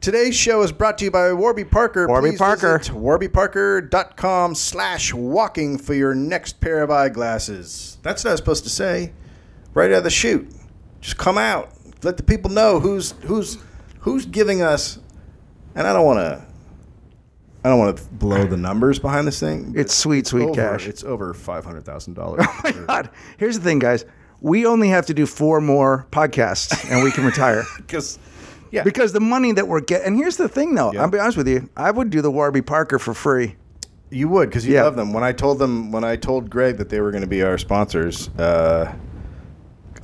Today's show is brought to you by Warby Parker. Warby Please Parker. Visit warbyparker.com slash walking for your next pair of eyeglasses. That's what I was supposed to say. Right out of the chute. Just come out. Let the people know who's who's who's giving us and I don't wanna I don't wanna blow the numbers behind this thing. It's sweet, sweet over, cash. Oh It's over five hundred thousand dollars. God, here's the thing, guys. We only have to do four more podcasts and we can retire. Because yeah. Because the money that we're getting, and here's the thing though, Yeah. I'll be honest with you, I would do the Warby Parker for free. You would, because you Yeah. love them. When I told them, when I told Greg that they were going to be our sponsors, uh,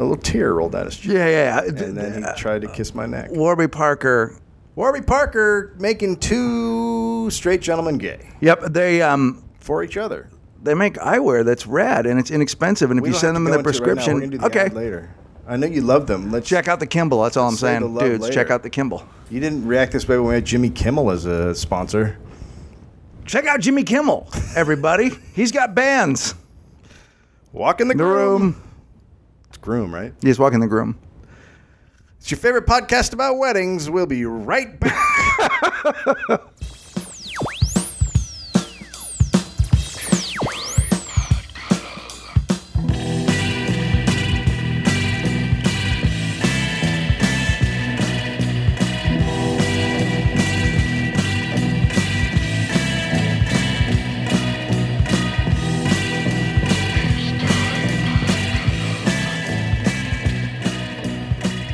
a little tear rolled down his cheek, Yeah, yeah. yeah. and then he tried to kiss my neck. uh, Warby Parker. Warby Parker making two straight gentlemen gay Yep, they um for each other. they make eyewear that's rad and it's inexpensive. And if We you don't send have them to the go into it right now. We're prescription, gonna do the okay. ad later. I know you love them. Let's Check out the Kimball. That's all I'm Say the saying, love dudes. Check later. out the Kimball. You didn't react this way when we had Jimmy Kimmel as a sponsor. Check out Jimmy Kimmel, everybody. He's got bands. Walk in the, The groom. room. It's groom, right? He's walking the groom. It's your favorite podcast about weddings. We'll be right back.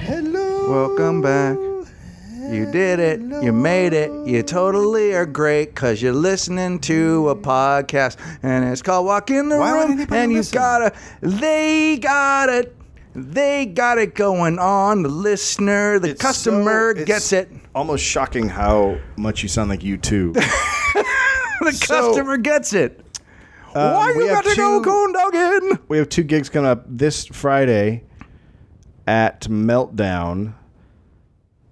Hello. Welcome back. You did it. You made it. You totally are great because you're listening to a podcast and it's called Walk in the Why would Room. anybody And you listen? gotta, they got it. They got it going on. The listener, the It's customer so- it's gets it. Almost shocking how much you sound like you too. The so- um, customer gets it. Why we you have got to go two- coon dogging? we have two gigs coming up this Friday at Meltdown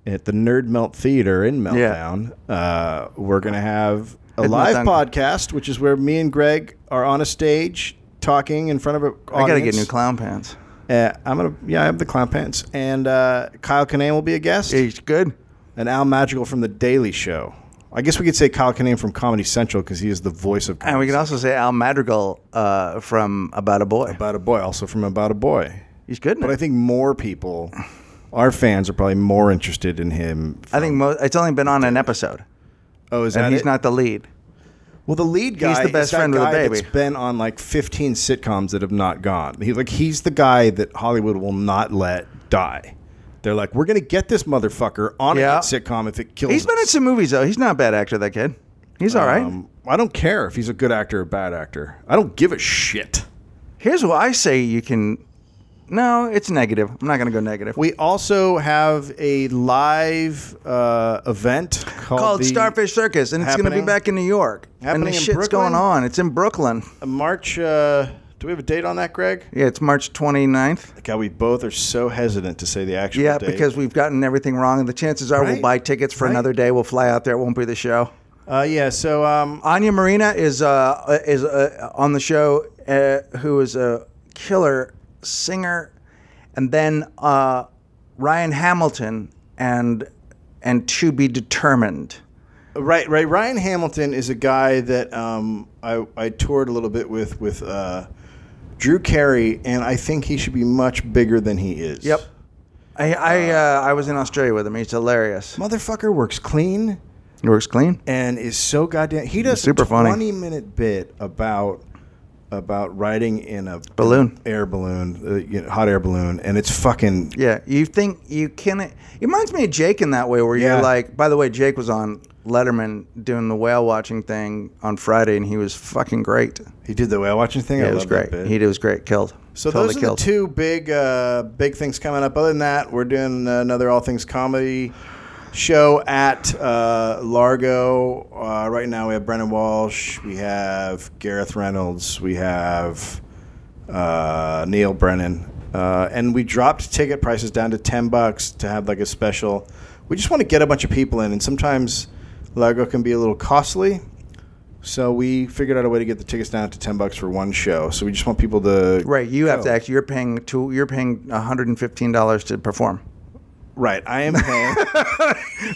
at the Nerd Melt Theater in Meltdown. Uh, we're gonna have a At live Meltdown. podcast, which is where me and Greg are on a stage talking in front of a I gotta get new clown pants. Uh, I'm gonna yeah, I have the clown pants, and uh, Kyle Kinane will be a guest. It's good. and Al Madrigal from The Daily Show. I guess we could say Kyle Kinane from Comedy Central because he is the voice of. And we can also say Al Madrigal uh, from About a Boy. About a Boy, also from About a Boy. He's good. in But it. I think more people, our fans, are probably more interested in him. I think mo- it's only been on an episode, Oh, is that and he's it? not the lead. Well, the lead guy. the is best that friend of the guy baby. That's been on like 15 sitcoms that have not gone. He like he's the guy that Hollywood will not let die. They're like, we're gonna get this motherfucker on Yeah. a hit sitcom if it kills. He's been in us." some movies though. He's not a bad actor. That kid. He's all right. Um, I don't care if he's a good actor or bad actor. I don't give a shit. Here's what I say: you can. No, it's negative. I'm not going to go negative. We also have a live uh, event called, called the- Starfish Circus, and it's going to be Happening- back in New York. And Happening the in shit's Brooklyn? going on. It's in Brooklyn. March. Uh, do we have a date on that, Greg? Yeah, it's March 29th. God, we both are so hesitant to say the actual Yeah, date. because we've gotten everything wrong, and the chances are Right. we'll buy tickets for Right. another day. We'll fly out there. It won't be the show. uh, yeah. So um, Anya Marina is uh, is uh, on the show, uh, who is a killer singer, and then uh, Ryan Hamilton and and To Be Determined. right, right. Ryan Hamilton is a guy that um, I I toured a little bit with with uh, Drew Carey, and I think he should be much bigger than he is. Yep, I I, uh, I was in Australia with him. He's hilarious. Motherfucker works clean. He works clean. and is so goddamn. He does super a funny. twenty minute bit about about riding in a Balloon. air balloon, uh, you know, hot air balloon, and it's fucking Yeah, you think you can? It reminds me of Jake in that way, where Yeah. you're like, by the way, Jake was on Letterman doing the whale watching thing on Friday, and he was fucking great. He did the whale watching thing. I Yeah, it was love that great. bit. He did- was great. Killed. so totally those are killed. the two big uh, big things coming up. Other than that, we're doing another all things comedy show at uh, Largo. Uh, right now, we have Brendan Walsh, we have Gareth Reynolds, we have uh, Neil Brennan, uh, and we dropped ticket prices down to ten bucks to have like a special. We just want to get a bunch of people in, and sometimes Largo can be a little costly. So we figured out a way to get the tickets down to ten bucks for one show. So we just want people to Right, you have to go. actually. You're paying two. You're paying 115 dollars to perform. Right. I am paying.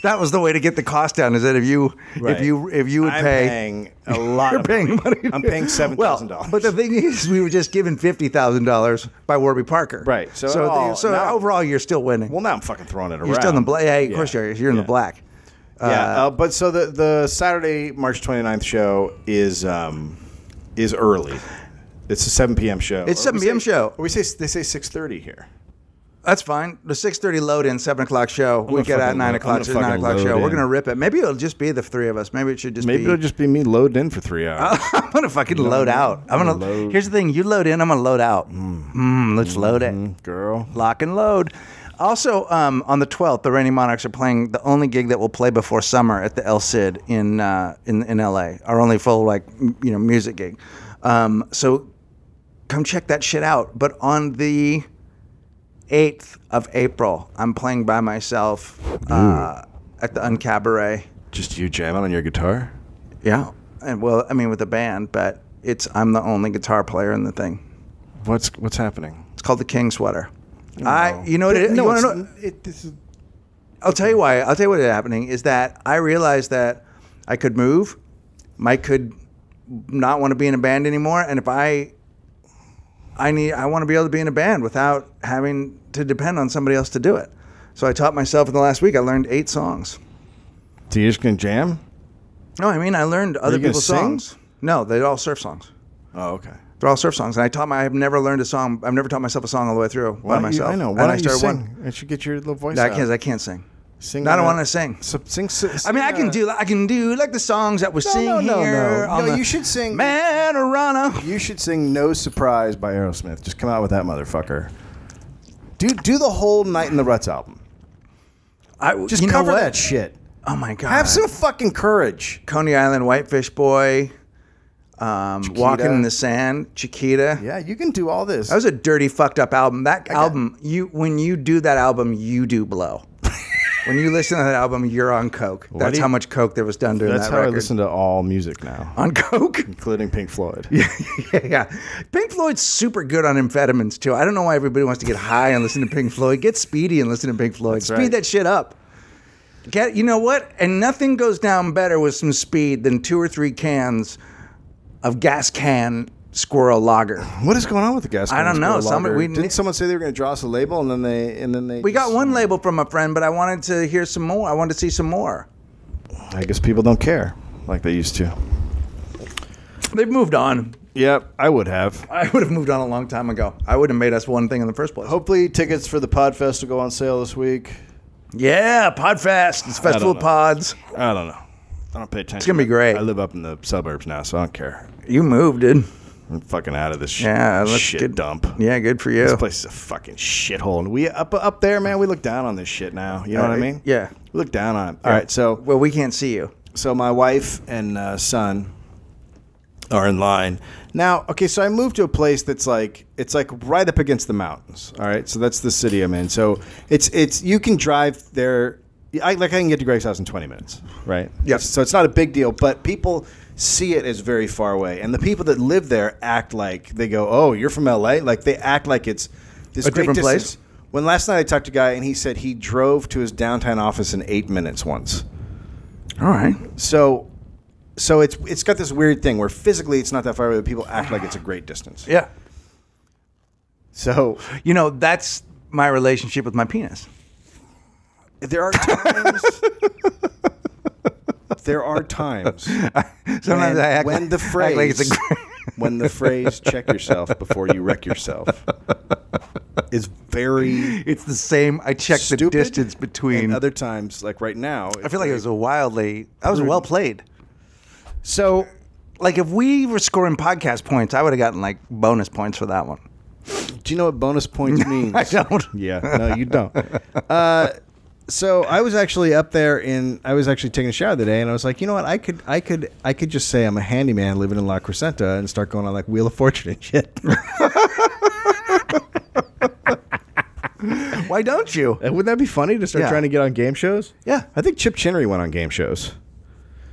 That was the way to get the cost down. Is that if you Right. if you if you would I'm pay. paying a lot. You're of paying money. I'm paying seven Well, thousand dollars. But the thing is, we were just given fifty thousand dollars by Warby Parker. Right. So So, the- all- so now- overall, you're still winning. well, now I'm fucking throwing it around. you're still in the black. Yeah, of course Yeah. you're. You're in Yeah. the black. yeah, uh, but so the the Saturday March 29th show is um is early. It's a 7 p.m. show. It's Or 7 we p.m. say- show. or we say they say 6:30 here. That's fine. The six thirty load in, seven o'clock show. we gonna get out fucking nine lo- I'm o'clock. gonna It's nine fucking o'clock show. load We're in. gonna rip it. Maybe it'll just be the three of us. Maybe it should just Maybe be. it'll just be me loaded in for three hours. I'm gonna fucking load out. I'm gonna. load. Here's the thing. You load in. I'm gonna load out. Mm. let's load it. Uh, Girl, Lock and load. Also, um, on the 12th, the Reigning Monarchs are playing the only gig that will play before summer at the El Cid in uh, in in LA. Our only full like m- you know music gig. Um, so come check that shit out. But on the 8th of April, I'm playing by myself uh, at the Uncabaret. just you jamming on your guitar? Yeah, and well, I mean with a band, but it's I'm the only guitar player in the thing. What's what's happening? It's called the King Sweater. I you know what it, you wanna know, it, this is, I'll tell you why. I'll tell you what is happening is that I realized that I could move. Mike could not want to be in a band anymore, and if I, I need, I want to be able to be in a band without having to depend on somebody else to do it. So I taught myself in the last week. I learned eight songs. so you're just gonna jam? No, I mean I learned other you gonna people's sing? songs. No, they're all surf songs. Oh, okay. They're all surf songs, and I taught my. I've never learned a song. I've never taught myself a song all the way through Why don't by you- myself. I know. And Why don't I you started sing? One, I should get your little voice No, I out. can't. I can't sing. Sing No, I don't on a- wanna sing. So, sing, s- I mean, I sing can on a- do. I can do like the songs that were No, sing no, no, here. no. on No, the you should sing- Manorama. You should sing "No Surprise" by Aerosmith. Just come out with that motherfucker. Do do the whole "Night in the Ruts" album. I Just you know cover what? that shit. Oh my god. Have some fucking courage. Coney Island Whitefish Boy. Um, Walking in the Sand, Chiquita. Yeah, you can do all this. That was a dirty, fucked up album. That album, you when you do that album, you do blow. when you listen to that album, you're on coke. do That's you- how much coke there was done during That's that how record. I listen to all music now, on coke. including Pink Floyd. yeah, yeah. Pink Floyd's super good on amphetamines too. I don't know why everybody wants to get high and listen to Pink Floyd. Get speedy and listen to Pink Floyd. speed right. that shit up. Get you know what? And nothing goes down better with some speed than two or three cans of gas can squirrel lager. What is going on with the gas? I don't cans, know. Gold Somebody- Lager? we didn't need- someone say they were going to draw us a label and then they and then they. We got just- one label from a friend, but I wanted to hear some more. I wanted to see some more. I guess people don't care like they used to. They've moved on. Yep, I would have. I would have moved on a long time ago. I would have made us one thing in the first place. Hopefully, tickets for the Podfest will go on sale this week. Yeah, Podfest. It's Festival of know. Pods. I don't know. I don't pay attention. It's gonna be great. I live up in the suburbs now, so I don't care. You moved, dude. I'm fucking out of this sh- Yeah, let's shit get- dump. Yeah, good for you. This place is a fucking shithole, and we up up there, man. We look down on this shit now. You know what I mean? Yeah. We look down on it. All right, so Well, we can't see you. so my wife and uh, son are in line now okay so i moved to a place that's like it's like right up against the mountains all right so that's the city i'm in so it's it's you can drive there I, like i can get to greg's house in 20 minutes right Yep. so it's not a big deal but people see it as very far away and the people that live there act like they go oh you're from la like they act like it's this A great different place? distance. when last night i talked to a guy and he said he drove to his downtown office in eight minutes once All right. so, so it's it's got this weird thing where physically it's not that far away, but people act like it's a great distance. Yeah. So You know, that's my relationship with my penis. there are times. there are times Sometimes when, I act when like, the act phrase like it's a gr- when the phrase "check yourself before you wreck yourself" is very it's the same. I checked the stupid. distance and between. other times, like right now, I feel like it was a wildly. That was well played. so. Like if we were scoring podcast points, I would have gotten like bonus points for that one. Do you know what bonus points means? I don't. Yeah, no, you don't. Uh, so I was actually up there in I was actually taking a shower today, and I was like, you know what, I could I could I could just say I'm a handyman living in La Crescenta and start going on like Wheel of Fortune and shit. Why don't you? Wouldn't that be funny to start Yeah. trying to get on game shows? Yeah. I think Chip Chinnery went on game shows.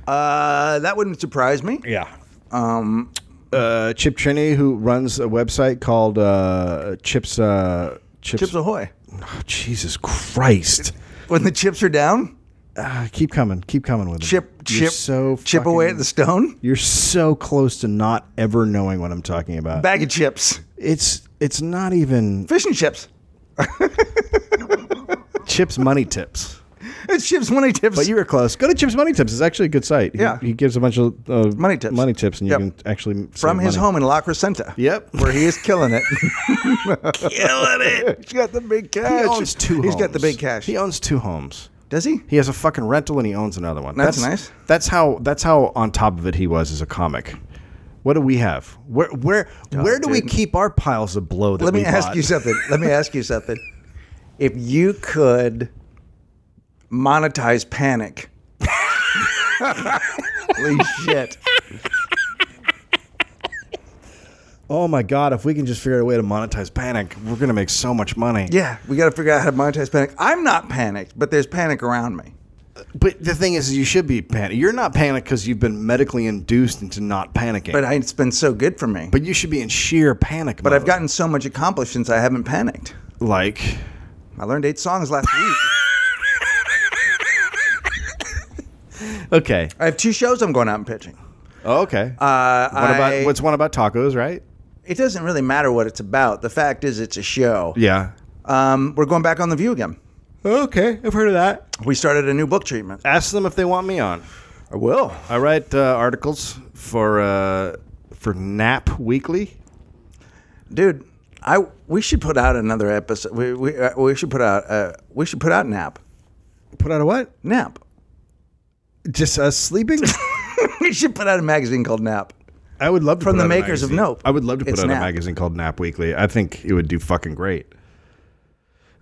Uh, that wouldn't surprise me. Yeah. Um, Uh, Chip Chinnery, who runs a website called uh, Chips uh, Chips, Chips Ahoy. Oh, Jesus Christ! When the chips are down, Ah, keep coming, keep coming with it. chip, You're chip, so chip away fucking- at the stone. You're so close to not ever knowing what I'm talking about. Bag of chips, it's it's not even fish and chips. Chips Money Tips. It's chips, money tips. But you were close. Go to Chips Money Tips. It's actually a good site. He- Yeah. He, gives a bunch of uh, Money tips. Money tips, and you Yep. can actually from his home in La Crescenta. Yep. where he is killing it. Killing it. He's got the big He cash. owns two. He's homes. got the big cash. He owns two homes. Does he? He has a fucking rental and he owns another one. That's nice. That's how. That's how on top of it he was as a comic. What do we have? Where where where do we Oh, dude. keep our piles of blow? That Let me we ask bought? you something. Let me ask you something. If you could monetize panic. Holy shit. Oh my god! If we can just figure out a way to monetize Panic, we're gonna make so much money. Yeah, we got to figure out how to monetize panic. I'm not panicked, but there's panic around me. But the thing is, you should be panic. You're not panicked because you've been medically induced into not panicking. But I, it's been so good for me. But, But you should be in sheer panic. but I've gotten so much accomplished since I haven't panicked. like I learned eight songs last week. okay, I have two shows I'm going out and pitching. oh, okay. Uh, what I- about what's one about tacos, right? It doesn't really matter what it's about. The fact is, it's a show. Yeah. Um, we're going back on the view again. Okay, I've heard of that. We started a new book treatment. Ask them if they want me on. I will. I write uh, articles for uh, for Nap Weekly. dude. I we should put out another episode. We we uh, we should put out uh, we should put out nap Put out a what? nap. Just us sleeping. we should put out a magazine called Nap. I would love to From put the out a makers of magazine. Nope. I would love to put It's out a Nap. magazine called Nap Weekly. I think it would do fucking great.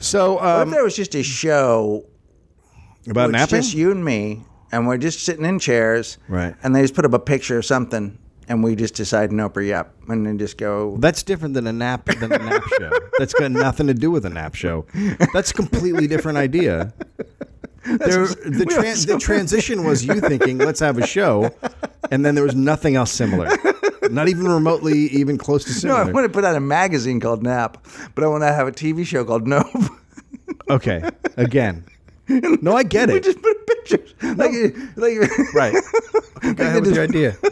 So What if um, there was just a show about with napping, just you and me, and we're just sitting in chairs, Right. And they just put up a picture of something, and we just decide nope or yep, and then just go. That's different than a nap than a nap show. That's got nothing to do with a nap show. That's a completely different idea. There, the, tran the transition was you thinking, let's have a show, and then there was nothing else similar, not even remotely, even close to No, I similar. want to put out a magazine called Nap, but I want to have a TV show called Nope. okay, again. No, I get we it. just put up pictures like like right. Okay, go I ahead with just- your idea.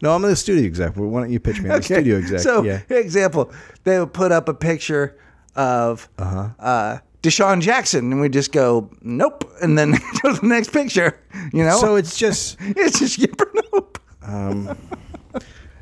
No, I'm the studio exec. Why don't you pitch me? I'm the studio exec. So, yeah. example, they would put up a picture of Uh-huh. uh Deshaun Jackson, and we just go, nope, and then go to the next picture. You know, So it's just. it's just yep or nope.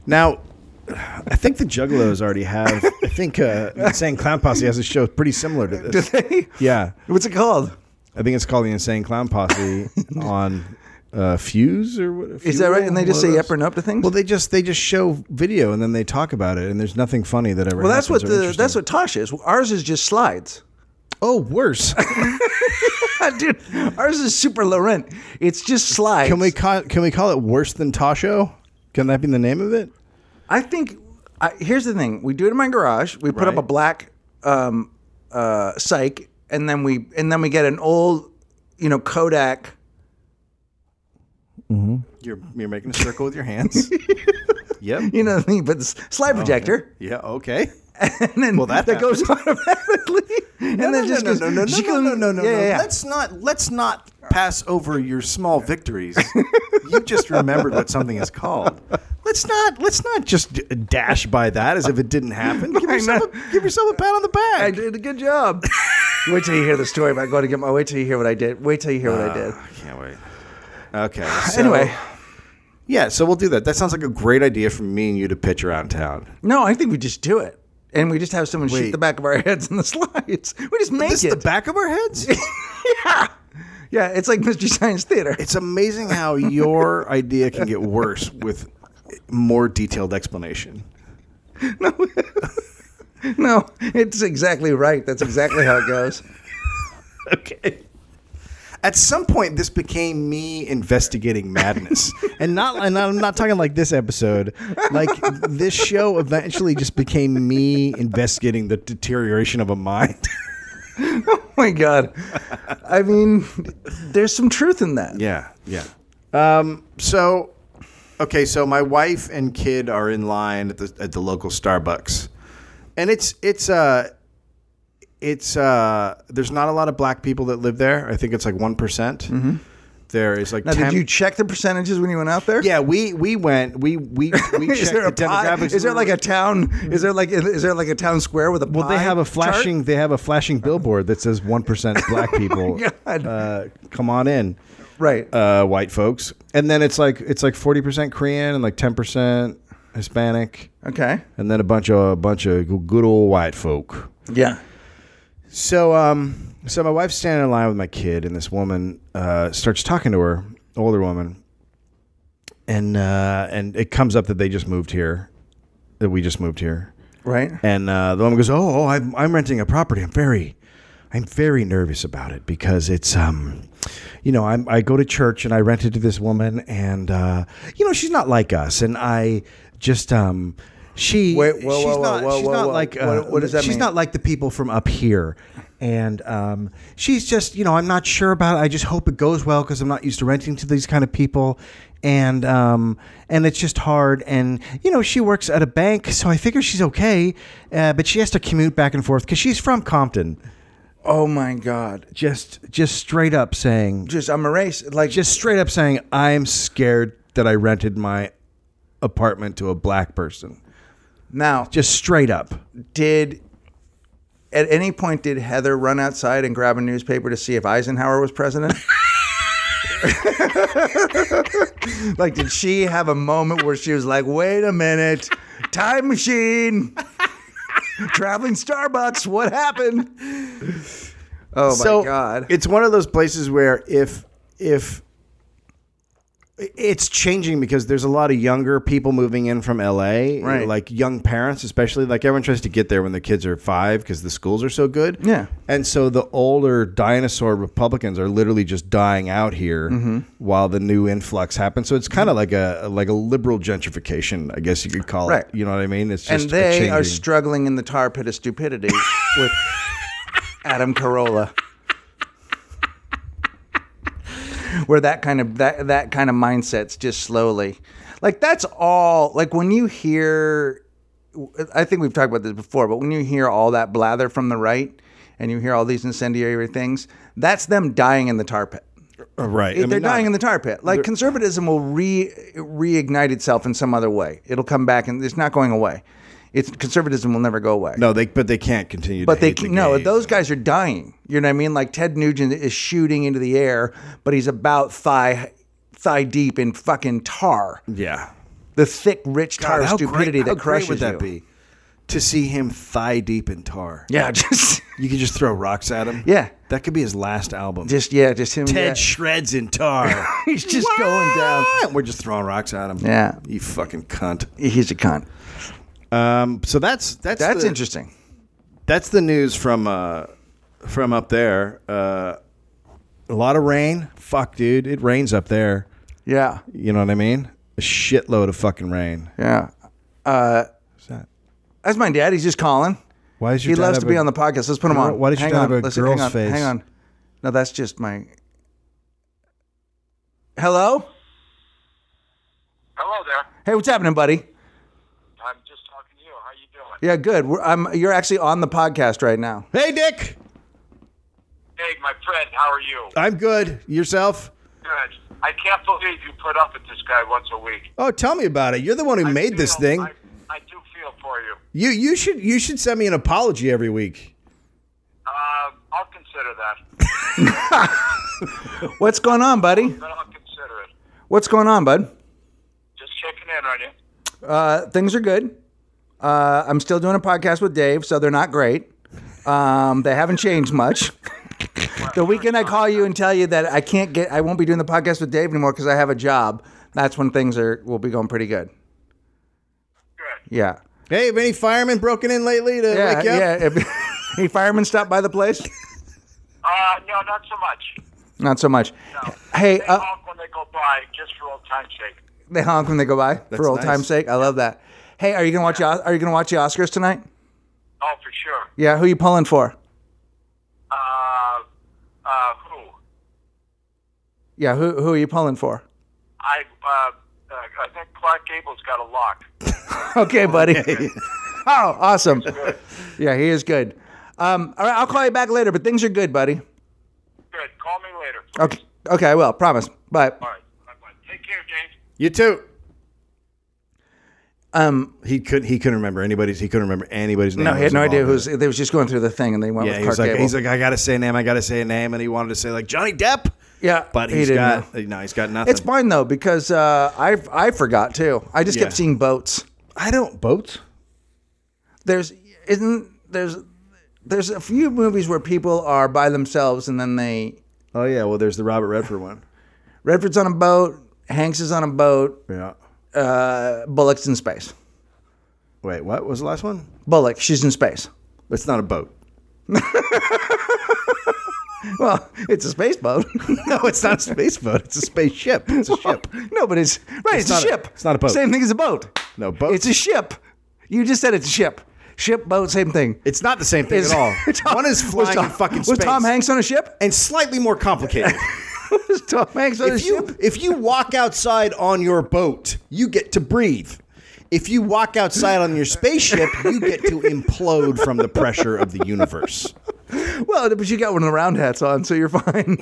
Now, I think the Juggalos already have. I think uh, Insane Clown Posse has a show pretty similar to Do this. they? Yeah, What's it called? I think it's called the Insane Clown Posse on uh, Fuse or what? Is that right? And they just say yep or no. nope to things. Well, Well, they just they just show video and then they talk about it, and there's nothing funny that ever. Well, that's what the that's what Tosh is. Ours is just slides. Oh, worse. Dude, ours is super low rent. It's just slides. Can we call, can we call it worse than Tasho? Can that be the name of it? I think I, here's the thing: we do it in my garage. We put up Right. a black um, uh, psych, and then we and then we get an old, you know, Kodak. You're you're making a circle with your hands. yep. You know, the thing, but the s- slide projector, Yeah. Okay. and then Oh, Well, that that, goes automatically, and No, then no, just no, goes, no, no, no, zhiggle. no, no, no, no, yeah, no. yeah, yeah. Let's not let's not pass over your small victories. you just remembered what something is called. Let's not let's not just d- dash by that as if it didn't happen. Give I yourself, know. a, give yourself a pat on the back. I did a good job. wait till you hear the story about going to get my. Wait till you hear what I did. Wait till you hear what Ah, I did. can't wait. Okay. Anyway, yeah, so we'll do that. That sounds like a great idea for me and you to pitch around town. no, I think we just do it, and we just have someone Wait. shoot the back of our heads in the slides. We just make This it. is the back of our heads. Yeah, it's like Mystery Science Theater. it's amazing how your idea can get worse with more detailed explanation. No, it's exactly right. That's exactly how it goes. okay. At some point, this became me investigating madness, and not. And I'm not talking like this episode. Like this show eventually just became me investigating the deterioration of a mind. Oh my god. I mean, there's some truth in that. Yeah, yeah. Um, so, okay, so my wife and kid are in line at the at the local Starbucks, and it's it's uh it's uh, there's not a lot of black people that live there. I think it's like one Mm-hmm. There is like Now, did ten. you check the percentages when you went out there? yeah, we we went. We we we checked Is there a the pie- demographics. Is there like a town? Is there like is there like a town square with a? Well, they pie have a chart? flashing. They have a flashing billboard that says one percent black people. Oh God. Uh, come on in, right? uh, white folks. And then it's like it's like forty percent Korean and like ten percent Hispanic, okay. and then a bunch of a bunch of good old white folk. Yeah. So, um, so my wife's standing in line with my kid, and this woman uh, starts talking to her, older woman, and uh, and it comes up that they just moved here, that we just moved here, Right. and uh, the woman goes, "Oh, oh I'm, I'm renting a property. I'm very, I'm very nervous about it because it's, um, you know, I'm, I go to church and I rented to this woman, and uh, you know, she's not like us, and I just, um, she, Wait, whoa, she's whoa, whoa, not, whoa, she's whoa, not whoa. like, uh, What- what does that she's mean? not like the people from up here." And um, she's just, you know, I'm not sure about it. I just hope it goes well because I'm not used to renting to these kind of people, and um, and it's just hard. And you know, she works at a bank, so I figure she's okay, uh, but she has to commute back and forth because she's from Compton. Oh my God. Just just straight up saying, Just I'm a race. Like just straight up saying, I'm scared that I rented my apartment to a black person. now, Just straight up. did at any point did Heather run outside and grab a newspaper to see if Eisenhower was president? like, did she have a moment where she was like, "Wait a minute, time machine, traveling Starbucks, what happened?" Oh my so god! it's one of those places where if if it's changing because there's a lot of younger people moving in from LA, Right. like young parents especially. Like everyone tries to get there when their kids are five because the schools are so good. Yeah. and so the older dinosaur Republicans are literally just dying out here Mm-hmm. while the new influx happens. So it's kind of like a like a liberal gentrification, I guess you could call Right. it. You know what I mean? It's just and a they are changing- struggling in the tar pit of stupidity with Adam Carolla. Where that kind of that that kind of mindset's just slowly, like that's all. Like when you hear, I think we've talked about this before, but when you hear all that blather from the right, and you hear all these incendiary things, that's them dying in the tar pit. Oh, Right. I They're mean, not- dying in the tar pit. Like conservatism will re reignite itself in some other way. It'll come back, and it's not going away. It's conservatism will never go away. no, they but they can't continue. but to they hate the no, gays. those guys are dying. You know what I mean? Like Ted Nugent is shooting into the air, but he's about thigh thigh deep in fucking tar. yeah. The thick, rich tar God, of how stupidity great, how that crushes great would that you. be to see him thigh deep in tar Yeah, just you could just throw rocks at him Yeah. that could be his last album just yeah, just him. ted yeah. shreds in tar He's just going down. And we're just throwing rocks at him Yeah. you fucking cunt He's a cunt. um so that's that's That's the, interesting. that's the news from uh from up there uh a lot of rain fuck dude it rains up there Yeah, you know what i mean a shitload of fucking rain yeah. What's that? That's my dad. He's just calling. Why is your He dad loves to have be a- on the podcast. Let's put him Girl- on. why does your hang dad on. have a Listen, girl's hang on, face? Hang on. No, that's just my. Hello. Hello there. Hey, what's happening, buddy? I'm just talking to you. How you doing? Yeah, good. We're, I'm. You're actually on the podcast right now. hey dick Hey, my friend, how are you? i'm good yourself Good. I can't believe you put up with this guy once a week. oh tell me about it you're the one who I made this feel- thing I, I do feel for you. You you should you should send me an apology every week. Um, I'll consider that. What's going on, buddy? But I'll consider it. What's going on, bud? Just checking in on you. Uh, things are good. Uh, I'm still doing a podcast with Dave, so they're not great. Um, they haven't changed much. the weekend I call you and tell you that I can't get, I won't be doing the podcast with Dave anymore because I have a job. That's when things are will be going pretty good. Good. Yeah, Hey, have any firemen broken in lately to yeah, wake you up? yeah. If, any firemen stop by the place? Uh, no, not so much. Not so much. Hey, They uh, honk when they go by, just for old time's sake. they honk when they go by for old nice. time's sake. I love that. Hey, are you gonna watch? the Os- Are you gonna watch the Oscars tonight? Oh, for sure. Yeah, who you pulling for? Uh, uh, who? Yeah, who who are you pulling for? I, uh, uh, I think Clark Gable's got a lock. Okay, buddy. oh, awesome. Yeah, he is good. Um, all right, I'll call you back later, but things are good, buddy. Good. Call me later. please. Okay, okay, I will. Promise. Bye. All right. Bye-bye. Take care, James. You too. Um, He could. He couldn't remember anybody's. He couldn't remember anybody's name. no, he had no involved idea in who it. was. They was just going through the thing, and they went Yeah, with he was Clark like, Gable. he's like, I gotta say a name. I gotta say a name, and he wanted to say like Johnny Depp. yeah, But he he's didn't got know. no, he's got nothing. It's fine though because uh, I I forgot too. I just kept Yeah. seeing boats. I don't boats. There's isn't there's there's a few movies where people are by themselves and then they Oh yeah, well there's the Robert Redford one. Redford's on a boat, Hanks is on a boat, Yeah. uh, Bullock's in space. Wait, what was the last one? Bullock, she's in space. It's not a boat. Well, it's a space boat. No, it's not a space boat. It's a spaceship. It's a ship. no, but it's right. It's, not a a- ship. it's not a boat. Same thing as a boat. No, boat- It's a ship. You just said it's a ship. Ship, boat, same thing. It's not the same thing Is- at all. Tom- one is was flying Tom- in fucking space. Was Tom Hanks on a ship? and slightly more complicated. Was Tom Hanks on a if you ship? if you walk outside on your boat, you get to breathe. If you walk outside on your spaceship, you get to implode from the pressure of the universe. Well, but you got one of the round hats on, so you're fine.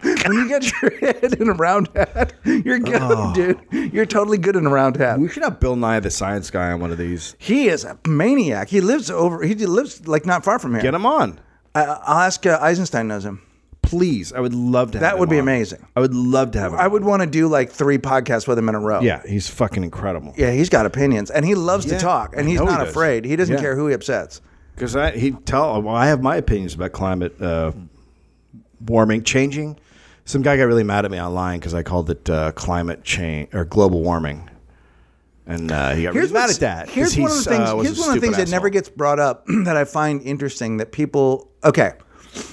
when you got your head in a round hat, you're good, Oh. dude. You're totally good in a round hat. We should have Bill Nye the Science Guy on one of these. He is a maniac. He lives over. He lives like not far from here. Get him on, I, I'll ask. Uh, Eisenstein knows him. please. I would love to. have That him would be on. amazing. I would love to have him. I on. would want to do like three podcasts with him in a row. Yeah, he's fucking incredible. Yeah, he's got opinions and he loves Yeah, to talk and I he's know he not does. afraid. He doesn't Yeah. care who he upsets. Because I he tell well, I have my opinions about climate uh, warming changing. Some guy got really mad at me online because I called it uh, climate change or global warming, and uh, he got really mad what's- at that. 'cause Here's one of the he's, things. uh, was a here's one of stupid the things that never asshole. gets brought up that I find interesting that people. Okay,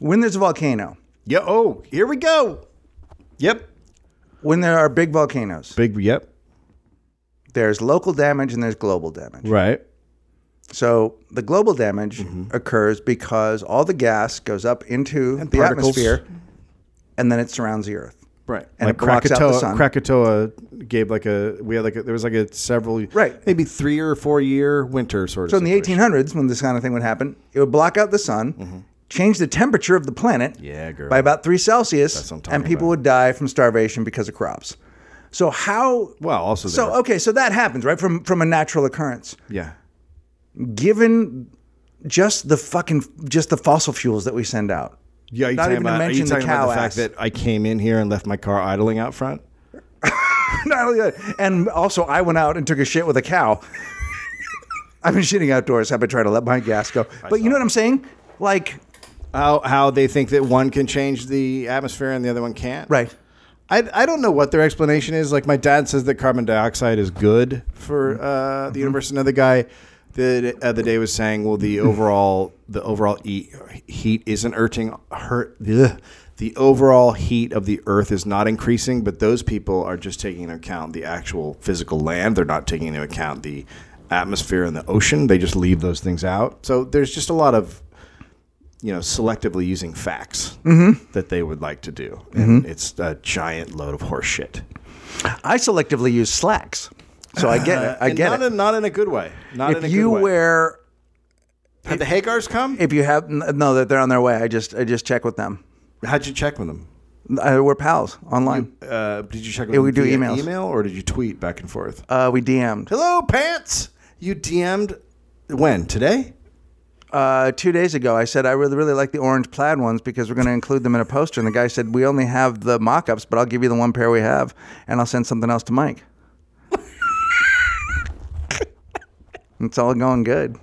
when there's a volcano, Yeah. Oh, here we go. Yep. when there are big volcanoes, Big. Yep. there's local damage and there's global damage. Right. So the global damage Mm-hmm. occurs because all the gas goes up into the particles. atmosphere, and then it surrounds the Earth. Right. And like it blocks out the Krakatoa. sun. Krakatoa gave like a we had like a, there was like a several Right. maybe three or four year winter sort of. So in the 1800s, when this kind of thing would happen, it would block out the sun, change the temperature of the planet Mm-hmm. Yeah, girl. by about three Celsius, what I'm talking and people about. would die from starvation because of crops. So how? Well, also so uh, there- okay, so that happens right from from a natural occurrence. yeah. Given just the fucking just the fossil fuels that we send out. Yeah, you're Not talking even to about, are you mention the talking about cow the ass. fact that I came in here and left my car idling out front? Not only that, and also I went out and took a shit with a cow. I've been shitting outdoors. I've been trying to let my gas go, but you know what I'm saying? Like, How how they think that one can change the atmosphere and the other one can't? right? I, I don't know what their explanation is. Like my dad says that carbon dioxide is good for uh, the universe. Another guy uh, the other day was saying, well, the overall the overall e- heat isn't hurting hurt the the overall heat of the Earth is not increasing, but those people are just taking into account the actual physical land. They're not taking into account the atmosphere and the ocean. They just leave those things out. So there's just a lot of you know, selectively using facts Mm-hmm. that they would like to do. And it's a giant load of horseshit. I selectively use slacks, so I get it. I And get not it. In, not in a good way. Not in a if you good way. wear, Had the Hagars come? if you have n- no, that they're on their way. I just I just check with them. How'd you check with them? Uh, we're pals online. Uh, did you check with Yeah, them we do via emails. email or did you tweet back and forth? Uh, we DM'd Hello, pants. You DM'd when? Today? uh, two days ago. I said I really really like the orange plaid ones because we're going to include them in a poster. And the guy said we only have the mock-ups, but I'll give you the one pair we have, and I'll send something else to Mike. it's all going good.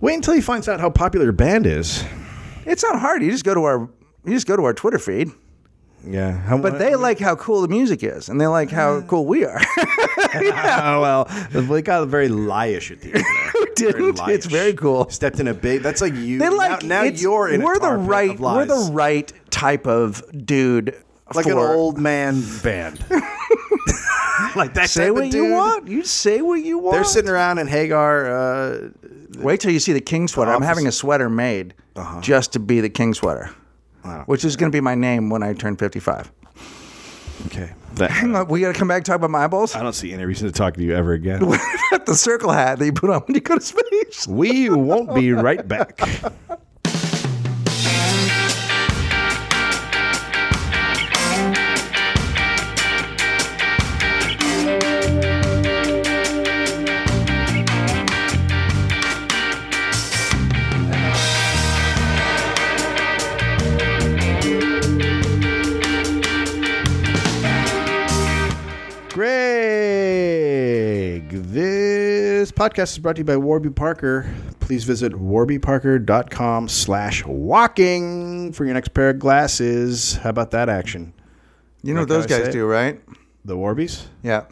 Wait until he finds out how popular your band is. It's not hard. You just go to our you just go to our Twitter feed. Yeah. How, But they like how cool the music is, and they like how Ah. cool we are. Oh, well, we got very lyish at the end. there. didn't. Very It's very cool. Stepped in a big. That's like you. They like now, now it's- you're in. We're a tar the pit right. Of We're lies. the right type of dude. like an for- old man band. like that. Say type what of you dude. want. You say what you want. They're sitting around in Hagar. Uh, Wait till you see the king sweater. I'm having a sweater made Uh-huh. just to be the king sweater, which is going to be my name when I turn 55. Okay. Hang That, on, we got to come back and talk about my eyeballs. I don't see any reason to talk to you ever again. Not the circle hat that you put on when you go to space. we won't be right back. Greg, this podcast is brought to you by Warby Parker. Please visit warbyparker.com slash walking for your next pair of glasses. How about that action? You know what Like those I guys said. do, right? The Warbies? Yeah.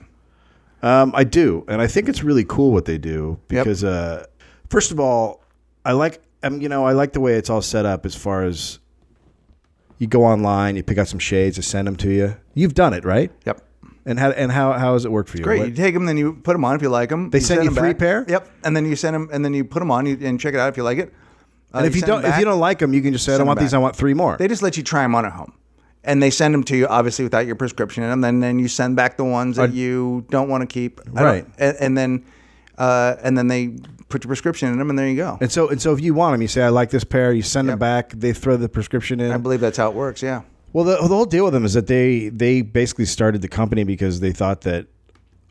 Um, I do, and I think it's really cool what they do Yep. because, uh, first of all, I like um, you know I like the way it's all set up as far as you go online, you pick out some shades, I send them to you. You've done it, right? Yep. And how and how how has it worked for you? Great. What- You take them, then you put them on if you like them. They send you free pair? Yep. And then you send them, and then you put them on you, and check it out if you like it. Uh, and if you send 'em don't if you back. don't like them, you can just say I don't Send 'em want these. back. I want three more. They just let you try them on at home. And they send them to you, obviously, without your prescription in them. Then, then you send back the ones that you don't want to keep. I don't- Right. And, and then, uh, and then they put your prescription in them, and there you go. and so and so if you want them, you say I like this pair. You send them back. They throw the prescription in. I believe that's how it works. Yeah. Well, the, the whole deal with them is that they they basically started the company because they thought that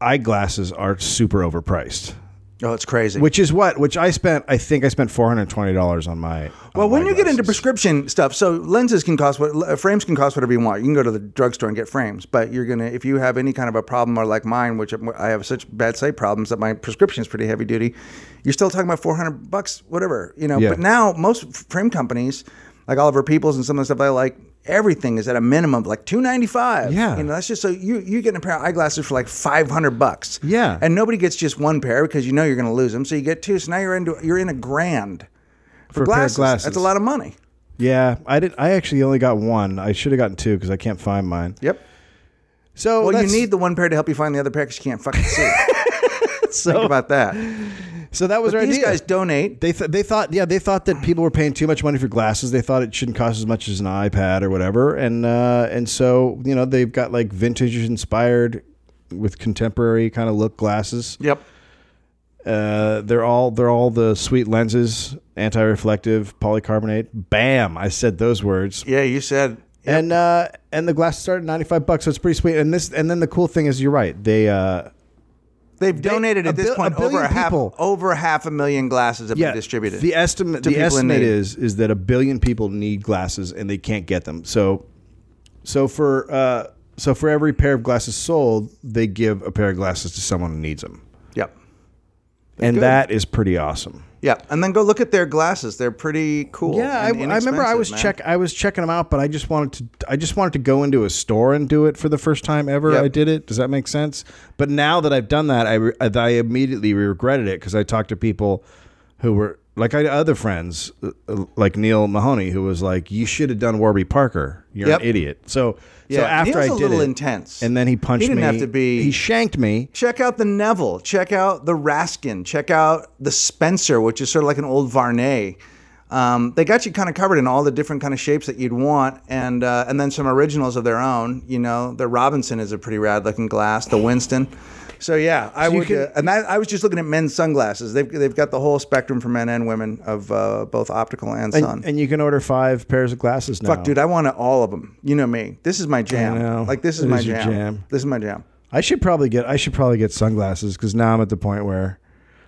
eyeglasses are super overpriced. Oh, it's crazy. which is what which I spent. I think I spent four hundred twenty dollars on my. well, on when Oh my you get into glasses. prescription stuff, so lenses can cost what uh, frames can cost whatever you want. You can go to the drugstore and get frames, but you're gonna if you have any kind of a problem or like mine, which I'm- I have such bad sight problems that my prescription is pretty heavy duty. You're still talking about 400 bucks, whatever you know. Yeah. But now most frame companies, like Oliver Peoples and some of the stuff I like, everything is at a minimum of like 295. Yeah. you know that's just so you you get a pair of eyeglasses for like 500 bucks. Yeah. and nobody gets just one pair because you know you're gonna lose them, so you get two. So now you're into you're in a grand. For, a pair of glasses. That's a lot of money. yeah, I did. I actually only got one. I should have gotten two because I can't find mine. Yep. So Well, that's- you need the one pair to help you find the other pair because you can't fucking see. Think so, about that. so that was our These idea. guys donate. they th- they thought yeah they thought that people were paying too much money for glasses. They thought it shouldn't cost as much as an iPad or whatever. And uh, and so you know they've got like vintage inspired with contemporary kind of look glasses. Yep. Uh, they're all they're all the sweet lenses, anti-reflective, polycarbonate. Bam! I said those words. Yeah, you said. and uh, and the glasses start at ninety five bucks, so it's pretty sweet. And this and then the cool thing is, you're right. They uh, They've donated a at this bil- point a over billion a half people. over half a million glasses have been distributed. The estimate the people in estimate need. is is that a billion people need glasses and they can't get them. So so for uh, so for every pair of glasses sold, they give a pair of glasses to someone who needs them, yep. and that is pretty awesome. Yep. And then go look at their glasses. They're pretty cool. Yeah, I, and I remember I inexpensive, was man. check I was checking them out, but I just wanted to I just wanted to go into a store and do it for the first time ever. Yep. I did it. Does that make sense? But now that I've done that, I re- I immediately regretted it because I talked to people who were like I had other friends uh, uh, like Neil Mahoney who was like, "You should have done Warby Parker. You're Yep. an idiot." So so Yeah. after Neil's I a did little it, intense. and then he punched didn't me. have to be- He shanked me. Check out the Neville. Check out the Raskin. Check out the Spencer, which is sort of like an old Varney. Um, they got you kind of covered in all the different kind of shapes that you'd want, and uh, and then some originals of their own. You know, the Robinson is a pretty rad looking glass. The Winston. So yeah, I you would. can- uh, and that, I was just looking at men's sunglasses. They've they've got the whole spectrum for men and women of uh, both optical and sun. And, and you can order five pairs of glasses now. Fuck, dude, I want all of them. You know me. This is my jam. know. Like this is It my is your jam. jam. This is my jam. I should probably get I should probably get sunglasses because now I'm at the point where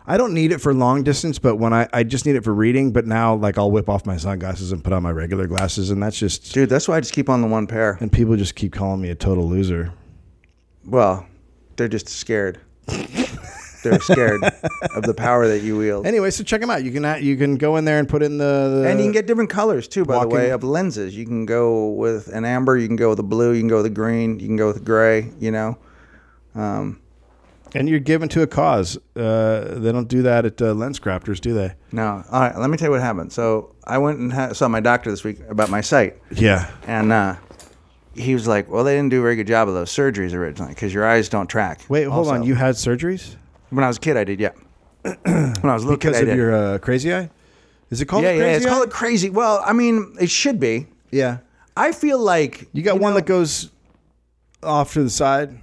I don't need it for long distance, but when I, I just need it for reading. But now like I'll whip off my sunglasses and put on my regular glasses, and that's just Dude, that's why I just keep on the one pair. and people just keep calling me a total loser. Well, they're just scared. they're scared of the power that you wield. And, Anyway, so check them out. You can uh, you can go in there and put in the, the you can get different colors too, by the uh, way, walking- of lenses. You can go with an amber, you can go with a blue, you can go with a green, you can go with a gray, you know. and you're given to a cause. Uh, they don't do that at uh, lens crafters, do they? No. All right, let me tell you what happened. So I went and ha- saw my doctor this week about my sight. Yeah, And uh, he was like, well, they didn't do a very good job of those surgeries originally because your eyes don't track. Wait, hold also. on. You had surgeries When I was a kid, I did, yeah. when I was a little because kid, I of did. your uh, crazy eye. Is it called yeah, a yeah, crazy it's eye? called it crazy. Well, I mean, it should be. yeah. I feel like You got one that goes off to the side?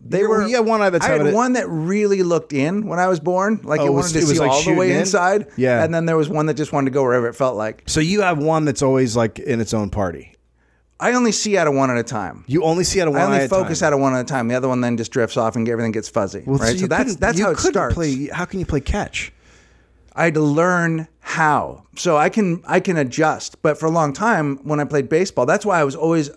They You were had one eye that's I having had it- one that really looked in when I was born, like Oh, it it was- wanted to it was see like all the way shooting in? inside. Yeah. and then there was one that just wanted to go wherever it felt like. So you have one that's always like in its own party. I only see out of one at a time. You only see out of one I eye only at focus time. out of one at a time. The other one then just drifts off and everything gets fuzzy. right, so you that's couldn't- that's you how it couldn't starts. Play, how can you play catch? I had to learn how. So I can I can adjust. But for a long time when I played baseball, that's why I was always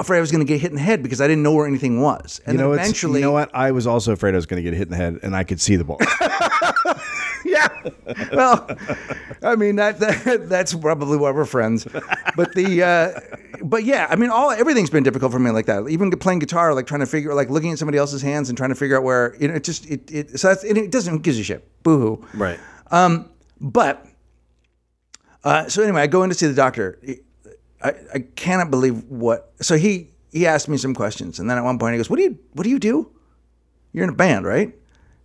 afraid I was going to get hit in the head because I didn't know where anything was. And You know, then it's- eventually, you know what? I was also afraid I was going to get hit in the head, and I could see the ball. yeah. Well, I mean that, that that's probably why we're friends. But the uh, but yeah, I mean all everything's been difficult for me like that. Even playing guitar, like trying to figure, like looking at somebody else's hands and trying to figure out where you know it just it, it so that's and it doesn't who gives a shit. Boo hoo. right. But uh, so anyway, I go in to see the doctor. I, I cannot believe what. So he he asked me some questions, and then at one point he goes, "What do you What do you do? You're in a band, right?"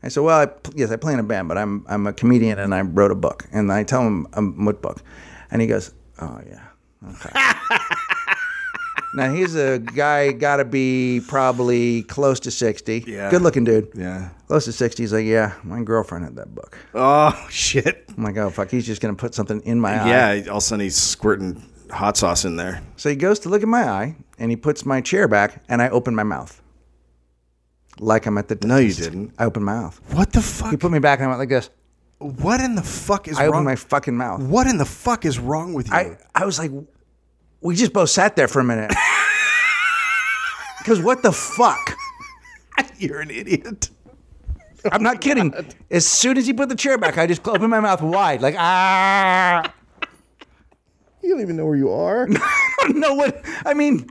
I said, "Well, I, pl- yes, I play in a band, but I'm I'm a comedian and I wrote a book." And I tell him um, what book, and he goes, "Oh yeah, okay." now he's a guy, gotta be probably close to sixty. Yeah. good looking dude. Yeah. close to sixty. He's like, "Yeah, my girlfriend had that book." Oh shit. I'm like, oh fuck, he's just gonna put something in my eye. Yeah. All of a sudden he's squirting hot sauce in there. So he goes to look at my eye, and he puts my chair back, and I open my mouth, like I'm at the. Dentist. No, you didn't. I open my mouth. What the He fuck? put me back, and I went like this. What in the fuck is I wrong? opened my fucking mouth. what in the fuck is wrong with you? I I was like, we just both sat there for a minute. Because what the fuck? You're an idiot. I'm not kidding. As soon as he put the chair back, I just opened my mouth wide, like ah. You don't even know where you are. I don't know what I mean.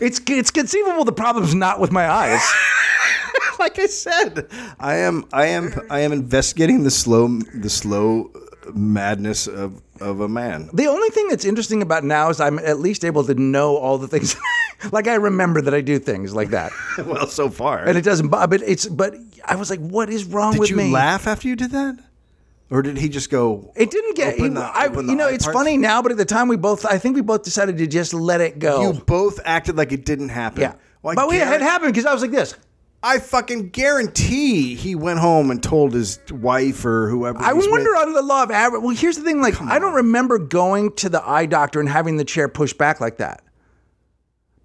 It's it's conceivable the problem's not with my eyes. like I said, I am I am I am investigating the slow the slow uh, madness of of a man. The only thing that's interesting about now is I'm at least able to know all the things. like I remember that I do things like that, well, so far. and it doesn't. bo- But it's. But I was like, what is wrong Did with you me? laugh after you did that? or did he just go? It didn't get. Open the- I, open the you know, eye it's parts? funny now, but at the time we both. I think we both decided to just let it go. You both acted like it didn't happen. yeah. Well, I but we had guarantee- happened because I was like this. I fucking guarantee he went home and told his wife or whoever. he's I with- wonder under the law of average. Well, here's the thing. Like, I don't remember going to the eye doctor and having the chair pushed back like that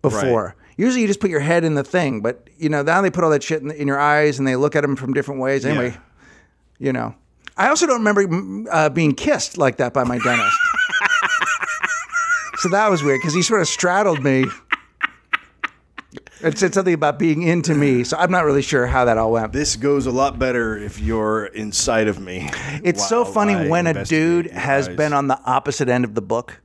before. Usually, you just put your head in the thing, but you know now they put all that shit in, in your eyes and they look at them from different ways. Anyway, you know. I also don't remember mm, uh, being kissed like that by my dentist. so that was weird because he sort of straddled me. It said something about being into me, so I'm not really sure how that all went. This goes a lot better if you're inside of me. It's so while funny I when a investigate dude your has eyes. been on the opposite end of the book.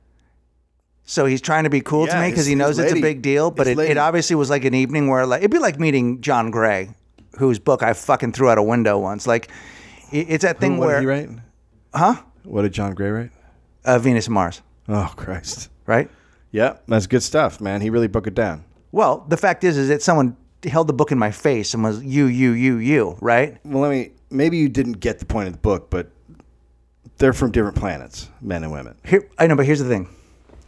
So he's trying to be cool Yeah, to me because he it's- knows it's it's a lady- big deal, but it's it, lady. it obviously was like an evening where like it'd be like meeting John Gray, whose book I fucking threw out a window once. Like it- it's that thing What did where he write? Huh? What did John Gray write? uh, Venus and Mars, Oh Christ. right? Yep, that's good stuff, man. He really broke it down. Well, the fact is, is that someone held the book in my face and was you, you, you, you, right? Well, let me. Maybe you didn't get the point of the book, but they're from different planets, men and women. Here, I know, but here's the thing.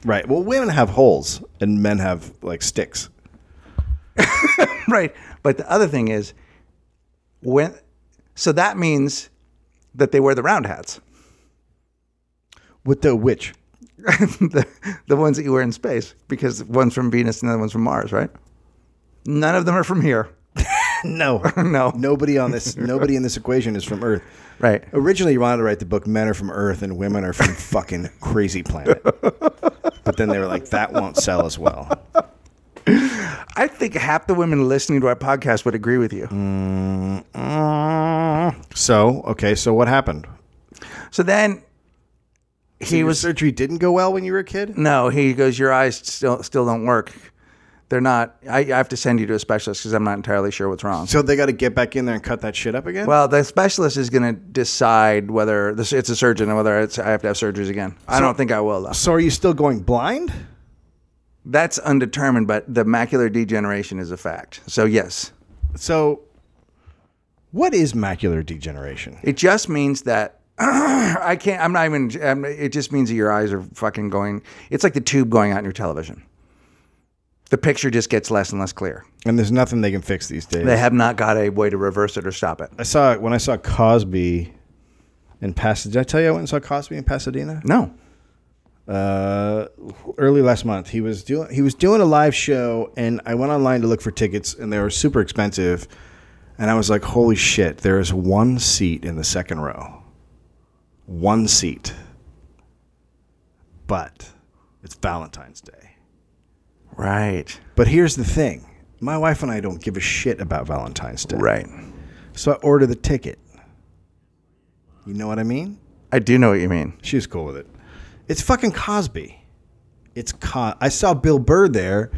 Right. Well, women have holes, and men have like sticks. right. But the other thing is, when so that means that they wear the round hats. With the which? the, the ones that you wear in space because one's from Venus and the other one's from Mars, right? None of them are from here. No, No. Nobody on this. Nobody in this equation is from Earth. Right. Originally, you wanted to write the book "Men Are from Earth and Women Are from Fucking Crazy Planet," but then they were like, "That won't sell as well." I think half the women listening to our podcast would agree with you. So, okay, so what happened? So then he Your was surgery didn't go well when you were a kid. no, he goes your eyes still still don't work. They're not I, I have to send you to a specialist cuz I'm not entirely sure what's wrong. So they got to get back in there and cut that shit up again. well, the specialist is going to decide whether this, it's a surgeon and whether it's, I have to have surgeries again. I don't think I will though. so are you still going blind? That's undetermined, but the macular degeneration is a fact. So yes. So, what is macular degeneration? It just means that I can't. I'm not even. I'm, it just means that your eyes are fucking going. It's like the tube going out in your television. the picture just gets less and less clear. And there's nothing they can fix these days. They have not got a way to reverse it or stop it. I saw when I saw Cosby in Pasadena. Did I tell you I went and saw Cosby in Pasadena? No. Uh, early last month, he was doing he was doing a live show, and I went online to look for tickets, and they were super expensive. And I was like, "Holy shit! There is one seat in the second row. One seat, but it's Valentine's Day." Right. But here's the thing: my wife and I don't give a shit about Valentine's Day, Right. So I order the ticket. You know what I mean? I do know what you mean. She's cool with it. It's fucking Cosby. It's Co- I saw Bill Burr there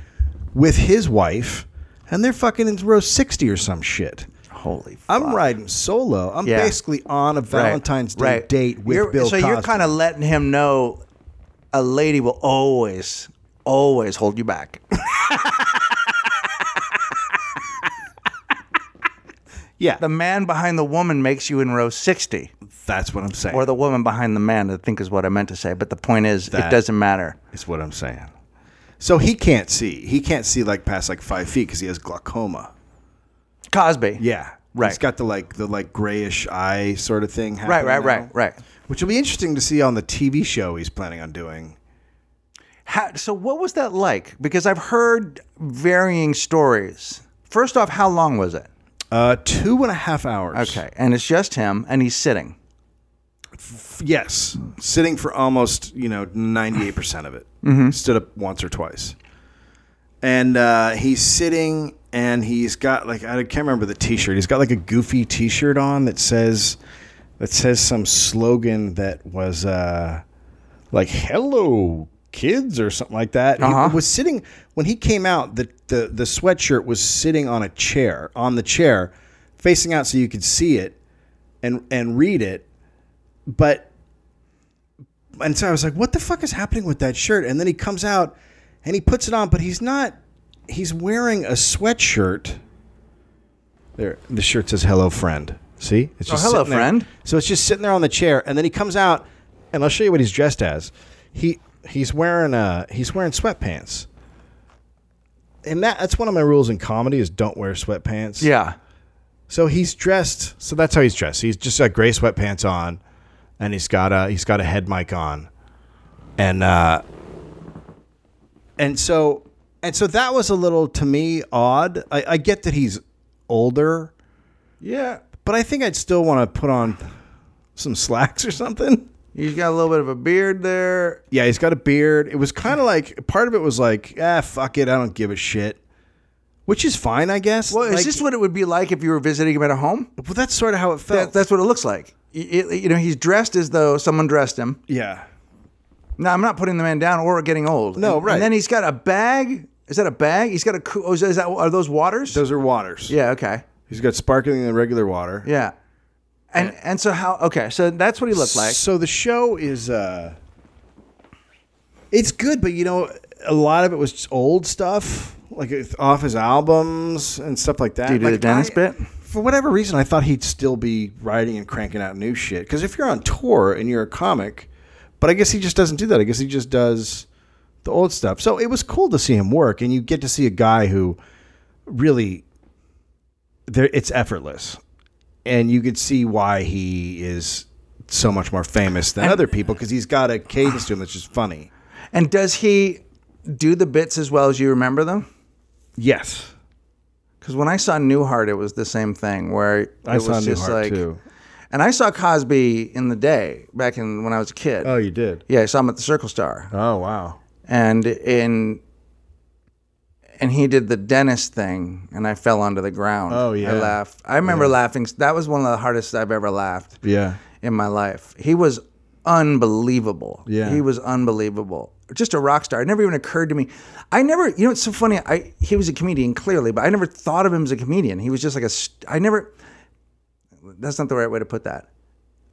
with his wife, and they're fucking in row sixty or some shit. Holy. Fuck. I'm riding solo. I'm Yeah. basically on a Right, Valentine's Day right. date with You're- Bill So you're Cosby. kind of letting him know a lady will always, always hold you back. yeah. the man behind the woman makes you in row 60, That's what I'm saying. or the woman behind the man, I think is what I meant to say. But the point is, That- it doesn't matter. is what I'm saying. So he can't see. He can't see like past like five feet because he has glaucoma. Cosby. Yeah. Right. He's got the like the like grayish eye sort of thing. Right, happening now, right, right, right. Which will be interesting to see on the TV show he's planning on doing. How, so what was that like? Because I've heard varying stories. First off, how long was it? Uh, two and a half hours. Okay, and it's just him, and he's sitting. Yes, sitting for almost you know ninety eight percent of it. Stood up once or twice, and uh, he's sitting and he's got like I can't remember the t shirt. He's got like a goofy t shirt on that says that says some slogan that was uh, like "Hello kids" or something like that. He was sitting when he came out. The, the the sweatshirt was sitting on a chair on the chair, facing out so you could see it and and read it but and so I was like, what the fuck is happening with that shirt? And then he comes out and he puts it on, but he's not he's wearing a sweatshirt. There the shirt says hello friend. See? It's Oh, hello, sitting there. friend. So it's just sitting there on the chair and then he comes out and I'll show you what he's dressed as. He he's wearing uh he's wearing sweatpants. And that, that's one of my rules in comedy is don't wear sweatpants. Yeah. So he's dressed. So that's how he's dressed. He's just got gray sweatpants on, and he's got a he's got a head mic on, and uh, and so and so that was a little to me odd. I, I get that he's older, Yeah. but I think I'd still want to put on some slacks or something. He's got a little bit of a beard there. Yeah, he's got a beard. It was kind of like part of it was like, ah, fuck it, I don't give a shit, which is fine, I guess. Well, Like, is this what it would be like if you were visiting him at a home? well, that's sort of how it That, felt. that's what it looks like. Y- y- you know, he's dressed as though someone dressed him. yeah. No, I'm not putting the man down or getting old. No, And- right. And then he's got a bag. Is that a bag? He's got a. coo- Oh, is that, is that are those waters? Those are waters. yeah. Okay. He's got sparkling and regular water. Yeah. And and so how? Okay. So that's what he looked like. So the show is uh it's good, but you know, a lot of it was just old stuff, like it's off his albums and stuff like that. Do you do like the Dennis I- bit? For whatever reason, I thought he'd still be writing and cranking out new shit. Because if you're on tour and you're a comic, but I guess he just doesn't do that. I guess he just does the old stuff. So it was cool to see him work, and you get to see a guy who really there it's effortless and you could see why he is so much more famous than other people because he's got a cadence to him that's just funny And does he do the bits as well as you remember them? yes Because when I saw Newhart, it was the same thing where it I was saw just Newhart, like. too. And I saw Cosby in the day back in when I was a kid. you did yeah, I saw him at the Circle Star. oh wow and in and he did the dentist thing and i fell onto the ground Oh, yeah. i laughed i remember laughing that was one of the hardest i've ever laughed yeah in my life he was unbelievable Yeah. he was unbelievable just a rock star it never even occurred to me i never you know it's so funny i he was a comedian clearly but i never thought of him as a comedian he was just like a st- i never that's not the right way to put that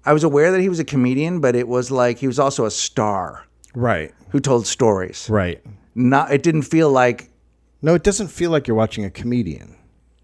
i was aware that he was a comedian but it was like he was also a star right who told stories right not it didn't feel like no it doesn't feel like you're watching a comedian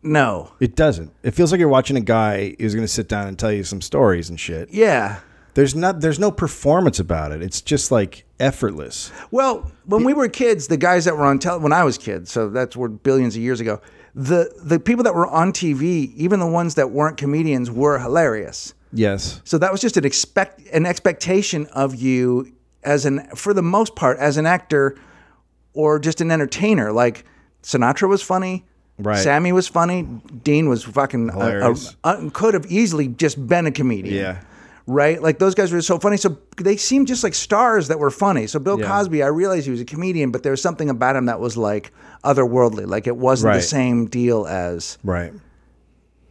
no it doesn't it feels like you're watching a guy who's going to sit down and tell you some stories and shit yeah there's not there's no performance about it it's just like effortless. Well, when we were kids, the guys that were on tele- when I was kid, so that's where billions of years ago, the the people that were on TV, even the ones that weren't comedians, were hilarious. Yes. So that was just an expect an expectation of you as an for the most part as an actor or just an entertainer. Like Sinatra was funny, Right. Sammy was funny, Dean was fucking a- a- Hilarious. a- could have easily just been a comedian. Yeah. Right? Like those guys were so funny. So they seemed just like stars that were funny. So Bill Yeah. Cosby, I realized he was a comedian, but there was something about him that was like otherworldly. Like it wasn't the Right. same deal as Right.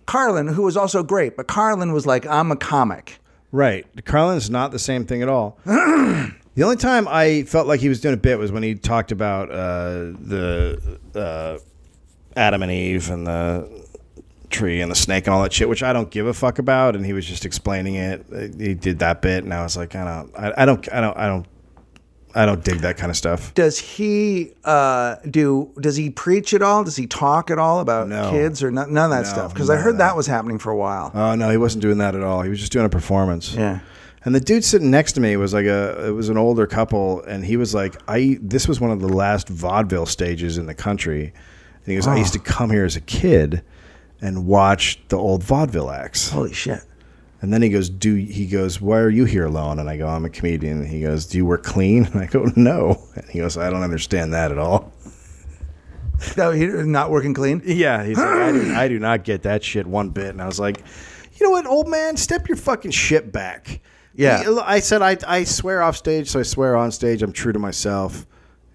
Carlin, who was also great, but Carlin was like, I'm a comic. Right. Carlin's not the same thing at all. the only time I felt like he was doing a bit was when he talked about uh, the uh, Adam and Eve and the tree and the snake and all that shit, which I don't give a fuck about. And he was just explaining it. He did that bit, and I was like, I don't, I, I don't, I don't, I don't, I don't dig that kind of stuff. Does he uh, do? Does he preach at all? Does he talk at all about No. kids or no, none of No, that stuff? Because I none of heard that. that. was happening for a while. Oh no, he wasn't doing that at all. He was just doing a performance. Yeah. And the dude sitting next to me was like a it was an older couple and he was like, I this was one of the last vaudeville stages in the country. And he goes, I used to come here as a kid and watch the old vaudeville acts. Holy shit! And then he goes, Do he goes, Why are you here alone? And I go, I'm a comedian. And he goes, Do you work clean? And I go, No. And he goes, I don't understand that at all. No, he not working clean. Yeah, he's like, I do, I do not get that shit one bit. And I was like, you know what, old man, step your fucking shit back. Yeah. I said I, I swear off stage, so I swear on stage. I'm true to myself.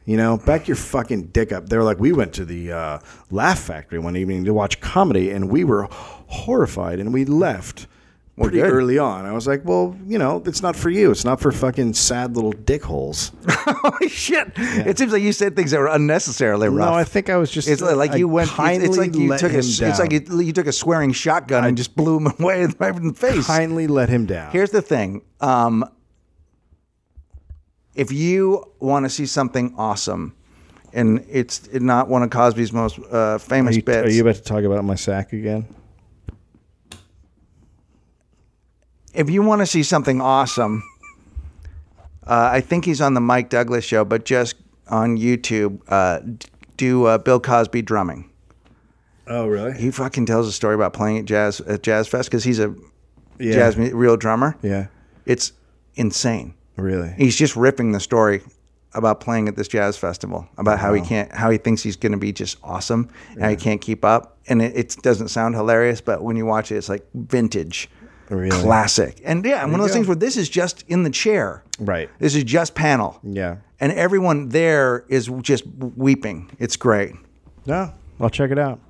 You know, back your fucking dick up. They were like, we went to the uh, Laugh Factory one evening to watch comedy, and we were horrified, and we left pretty good. early on. I was like, well, you know, it's not for you. It's not for fucking sad little dickholes. Holy shit! It seems like you said things that were unnecessarily rough. No, I think I was just. it's like I you went. It's, it's kindly like you let took a. him s- It's like down. you, you took a swearing shotgun and just blew him away right in the face. kindly let him down. Here's the thing. Um, if you want to see something awesome, and it's not one of Cosby's most uh, famous Are you, bits, are you about to talk about my sack again? if you want to see something awesome, uh, I think he's on the Mike Douglas show, but just on YouTube, uh, d- do uh, Bill Cosby drumming. Oh, really? He fucking tells a story about playing at jazz at Jazz Fest because he's a Yeah. jazz mu- real drummer. Yeah. It's insane. Really? he's just ripping the story about playing at this jazz festival about how he can't how he thinks he's going to be just awesome and how he can't keep up and it, it doesn't sound hilarious but when you watch it it's like vintage Really? classic and yeah and one of those go. things where this is just in the chair Right. this is just panel Yeah. and everyone there is just weeping it's great No, I'll check it out.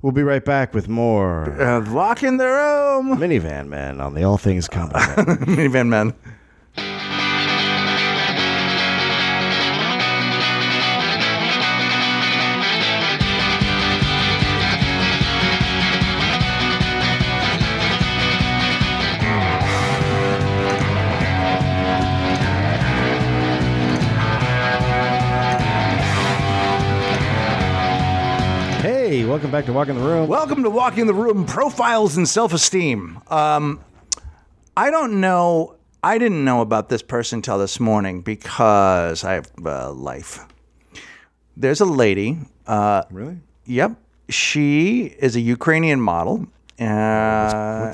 We'll be right back with more uh, walk in the room Minivan Man on the All Things Comedy. minivan man hey, welcome back to Walk in the Room. Welcome to Walking the Room Profiles in Self Esteem. Um, I don't know. I didn't know about this person till this morning because I have uh, life. There's a lady. Uh, really? yep. She is a Ukrainian model. Uh,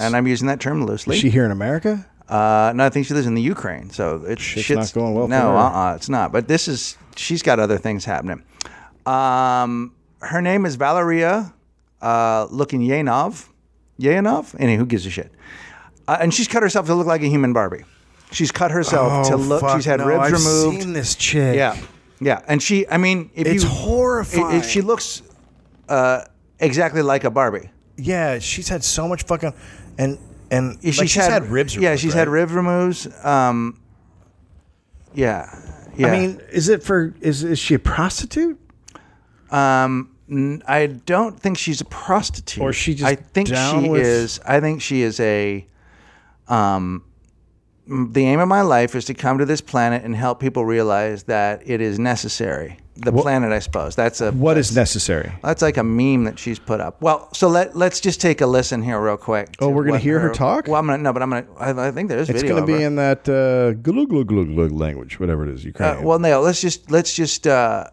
and I'm using that term loosely. Is she here in America? Uh, no, I think she lives in the Ukraine, so it's shit's, not going well for No, her. uh-uh, it's not. But this is she's got other things happening. Um, her name is Valeria uh, looking Yanov. Yanov? Any who gives a shit? Uh, and she's cut herself to look like a human Barbie. She's cut Oh, herself to look. she's had ribs I've removed. Seen this chick. Yeah, yeah. And she, I mean, if It's you, horrifying. i- if she looks uh, exactly like a Barbie. yeah. She's had so much fucking and and Yeah, like, she's had, ribs. Yeah, removed, she's right? had rib removes. Um, yeah, yeah. I mean, is it for? Is is she a prostitute? um, n- I don't think she's a prostitute. Or she just I think down she with- is. I think she is a. Um, m- the aim of my life is to come to this planet and help people realize that it is necessary. the planet, I suppose. That's a What is necessary? that's like a meme that she's put up. Well, so let let's just take a listen here real quick. Oh, we're gonna what hear her talk? Well, I'm gonna no, but I'm gonna. I, I think there's It's video. going to of be her. in that uh, glug glug glug glug language, whatever it is. Uh, Ukrainian. well, no. Let's just let's just uh,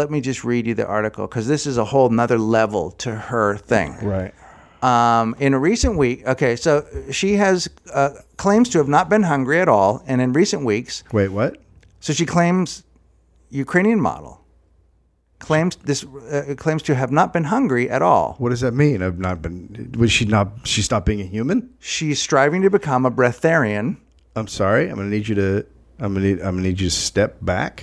let me just read you the article because this is a whole nother level to her thing. right. Um, in a recent week, okay, so she has uh, claims to have not been hungry at all, and in recent weeks, Wait, what? so she claims Ukrainian model claims this uh, claims to have not been hungry at all. What does that mean? I've not been. Was she not? She stopped being a human? She's striving to become a breatharian. I'm sorry. I'm going to need you to. I'm going to need. I'm going to need you to step back.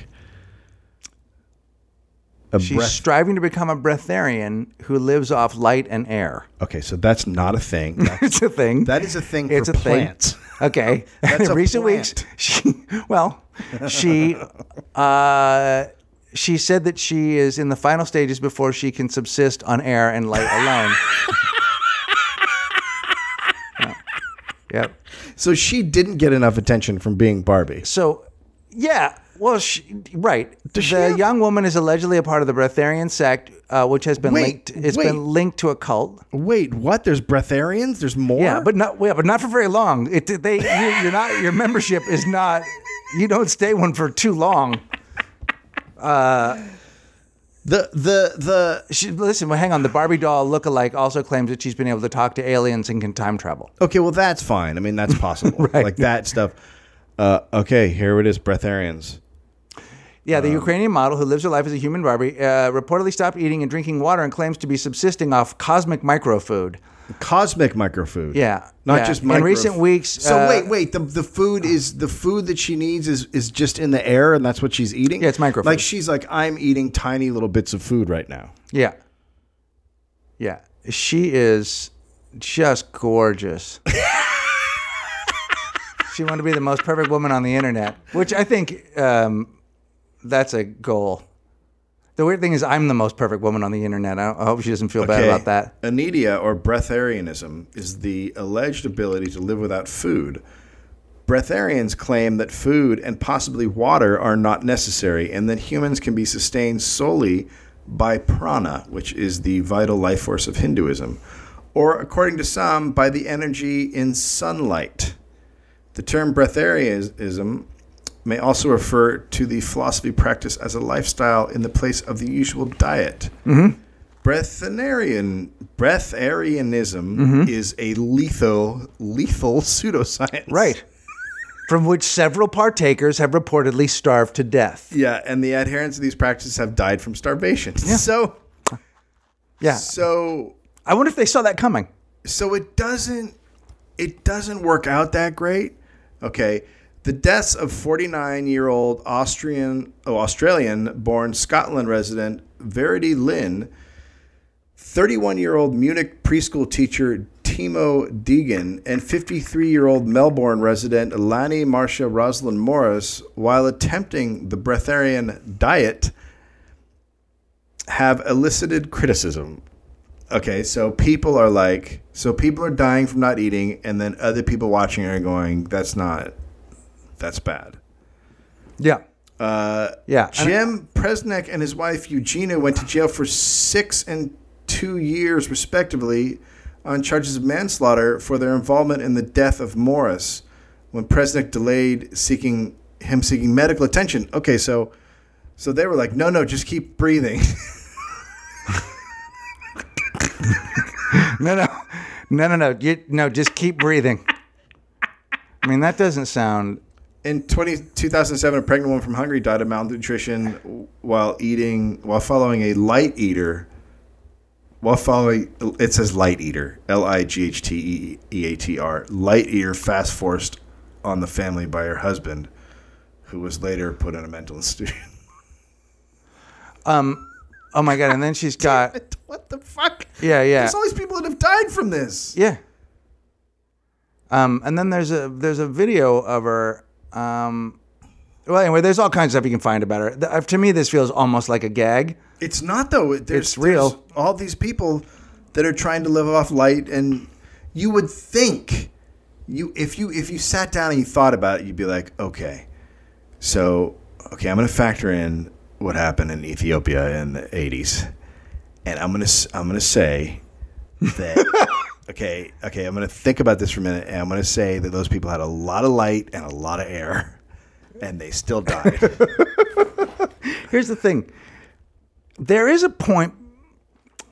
A She's breath. striving to become a breatharian who lives off light and air. Okay, so that's not a thing. That's, It's a thing. that is a thing it's for a thing. plants. Okay. That's a Recent weeks, she well, she uh, she said that she is in the final stages before she can subsist on air and light alone. Yeah. Yep. So she didn't get enough attention from being Barbie. So, yeah. Well, she, right. the she have- young woman is allegedly a part of the Breatharian sect, uh, which has been Wait, linked. It's wait. been linked to a cult. Wait, what? There's breatharians. There's more. Yeah, but not yeah, but not for very long. It they you, you're not your membership is not you don't stay one for too long. the the the She, listen, well, hang on. The Barbie doll lookalike also claims that she's been able to talk to aliens and can time travel. Okay, well that's fine. I mean that's possible. Like that stuff. Uh, okay, here it is, breatharians. Yeah, Uh. the Ukrainian model who lives her life as a human Barbie uh, reportedly stopped eating and drinking water and claims to be subsisting off cosmic microfood. Cosmic microfood. Yeah, Not yeah. just In micro. recent weeks, So uh, wait, wait. The, the food is the food that she needs is is just in the air, and that's what she's eating. Yeah, it's microfood. Like she's like I'm eating tiny little bits of food right now. Yeah, yeah, she is just gorgeous. she wanted to be the most perfect woman on the internet, which I think um, that's a goal. The weird thing is, I'm the most perfect woman on the internet. I, I hope she doesn't feel bad about that. Anedia or breatharianism is the alleged ability to live without food. Breatharians claim that food and possibly water are not necessary and that humans can be sustained solely by prana, which is the vital life force of Hinduism, or according to some, by the energy in sunlight. The term breatharianism may also refer to the philosophy practiced as a lifestyle in the place of the usual diet. Mm-hmm. Breathanarian breatharianism Mm-hmm. is a lethal lethal pseudoscience. Right. From which several partakers have reportedly starved to death. Yeah, and the adherents of these practices have died from starvation. So Yeah. so I wonder if they saw that coming. so it doesn't it doesn't work out that great. Okay. The deaths of 49-year-old Austrian oh, Australian-born Scotland resident Verity Lynn 31 year old Munich preschool teacher Timo Deegan and 53 year old Melbourne resident Lani Marcia Rosalind Morris, while attempting the breatharian diet, have elicited criticism. Okay, so people are like, so people are dying from not eating, and then other people watching are going, that's not, that's bad. Yeah. Uh, yeah. And- Jim Presnick and his wife Eugenia went to jail for six and two years, respectively, on charges of manslaughter for their involvement in the death of Morris when Presnick delayed seeking him seeking medical attention. Okay, so so they were like, no, no, just keep breathing. no, no. No, no, no. You, no, just keep breathing. I mean, that doesn't sound. In 20, 2007, a pregnant woman from Hungary died of malnutrition while eating while following a light eater. While following, it says light eater, L I G H T E E A T R, light eater fast forced on the family by her husband, who was later put in a mental institution. Oh my God. And then she's got. what the fuck? Uh, Yeah, yeah. There's all these people that have died from this. Yeah. Um, and then there's a there's a video of her. Um, well, anyway, there's all kinds of stuff you can find about her. The, uh, to me, this feels almost like a gag. It's not though. It- There's, It's real. there's all these people that are trying to live off light, and you would think you if you if you sat down and you thought about it, you'd be like, okay, so okay, I'm gonna factor in what happened in Ethiopia in the 80s. And I'm going to I'm going to say that okay, okay, I'm going to think about this for a minute and I'm going to say that those people had a lot of light and a lot of air and they still died. Here's the thing. There is a point.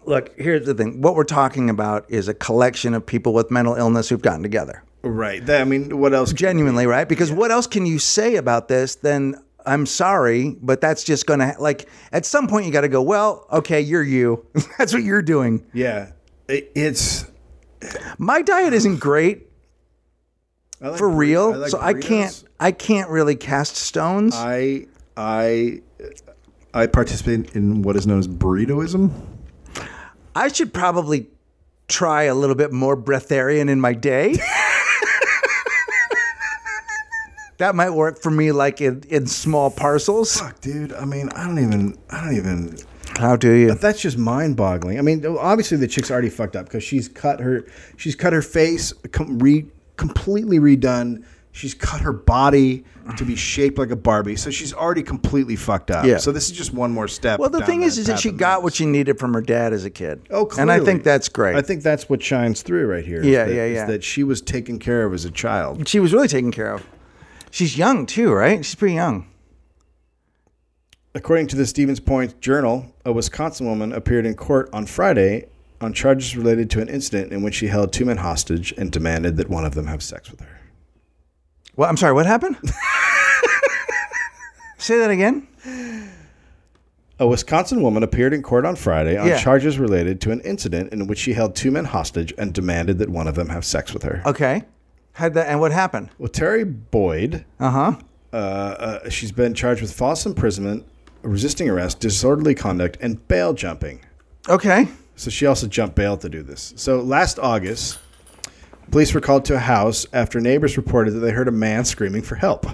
Look, here's the thing. What we're talking about is a collection of people with mental illness who've gotten together. right. That, I mean, what else? Genuinely, right? Because what else can you say about this than I'm sorry, but that's just going to like at some point you got to go, well, okay, you're you. that's what you're doing. Yeah. It, it's My diet isn't great I like for burri- real, like so I burritos. Uh. can't I can't really cast stones. I I I participate in what is known as burritoism. I should probably try a little bit more breatharian in my day. that might work for me, like in, in small parcels. Fuck, dude. I mean, I don't even. I don't even. How do you? That's just mind-boggling. I mean, obviously the chick's already fucked up because she's cut her. She's cut her face. Com- re- completely redone. She's cut her body to be shaped like a Barbie, so she's already completely fucked up. Yeah. So this is just one more step. Well, the down thing is, is that path she of got madness. what she needed from her dad as a kid. Oh, and I clearly. think that's great. I think that's what shines through right here. is Yeah, that- yeah, is yeah. That she was taken care of as a child. she was really taken care of. She's young too, right? She's pretty young. According to the Stevens Point Journal, a Wisconsin woman appeared in court on Friday on charges related to an incident in which she held two men hostage and demanded that one of them have sex with her. Well, I'm sorry. What happened? Say that again. A Wisconsin woman appeared in court on Friday on Yeah. charges related to an incident in which she held two men hostage and demanded that one of them have sex with her. Okay. Had that and what happened? Well, Terry Boyd. Uh-huh. Uh, she's been charged with false imprisonment, resisting arrest, disorderly conduct, and bail jumping. Okay. So she also jumped bail to do this. So last August, police were called to a house after neighbors reported that they heard a man screaming for help.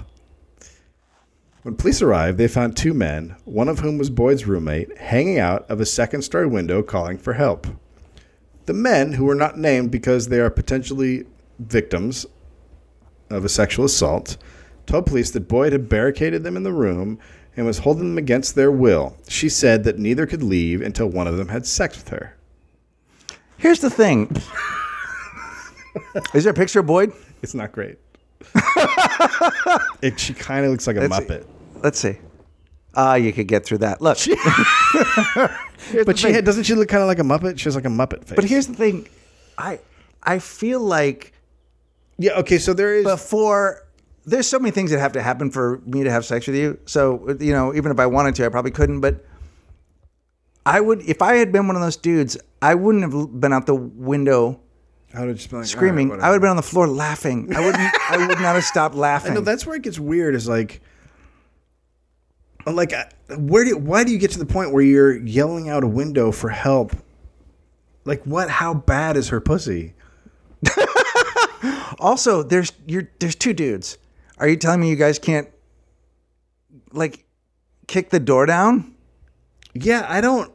When police arrived, they found two men, one of whom was Boyd's roommate, hanging out of a second story window calling for help. The men, who were not named because they are potentially victims of a sexual assault, told police that Boyd had barricaded them in the room and was holding them against their will. She said that neither could leave until one of them had sex with her. Here's the thing. Is there a picture of Boyd? It's not great. it, she kind of looks like a That's- muppet, Let's see. Ah, you could get through that. Look, but she had, doesn't she look kind of like a muppet? She has like a muppet face. but here's the thing. I I feel like yeah, okay. So there is before there's so many things that have to happen for me to have sex with you. So you know, even if I wanted to, I probably couldn't. But I would if I had been one of those dudes. I wouldn't have been out the window I would've just been like, screaming. "All right, I would whatever." have been on the floor laughing. I wouldn't. I would not have stopped laughing. No, that's where it gets weird. Is like, like, I- where do why do you get to the point where you're yelling out a window for help? Like, what? How bad is her pussy? Also, there's you're there's two dudes. Are you telling me you guys can't like kick the door down? Yeah, I don't.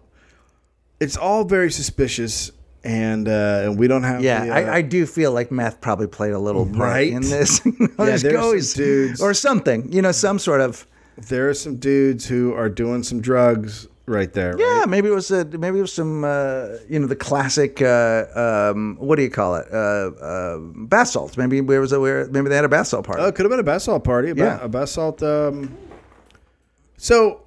It's all very suspicious, and uh, and we don't have. Yeah, the, uh, I, I do feel like meth probably played a little part Right? in this. You know, there's there's some goys dudes- or something. You know, some sort of there are some dudes who are doing some drugs right there. right? yeah. Maybe it was a, maybe it was some uh, you know the classic uh, um, what do you call it uh, uh, bath salts. Maybe there was a where maybe they had a bath salt party. Oh, it could have been a basalt party. A, ba- Yeah. a basalt. Um, so,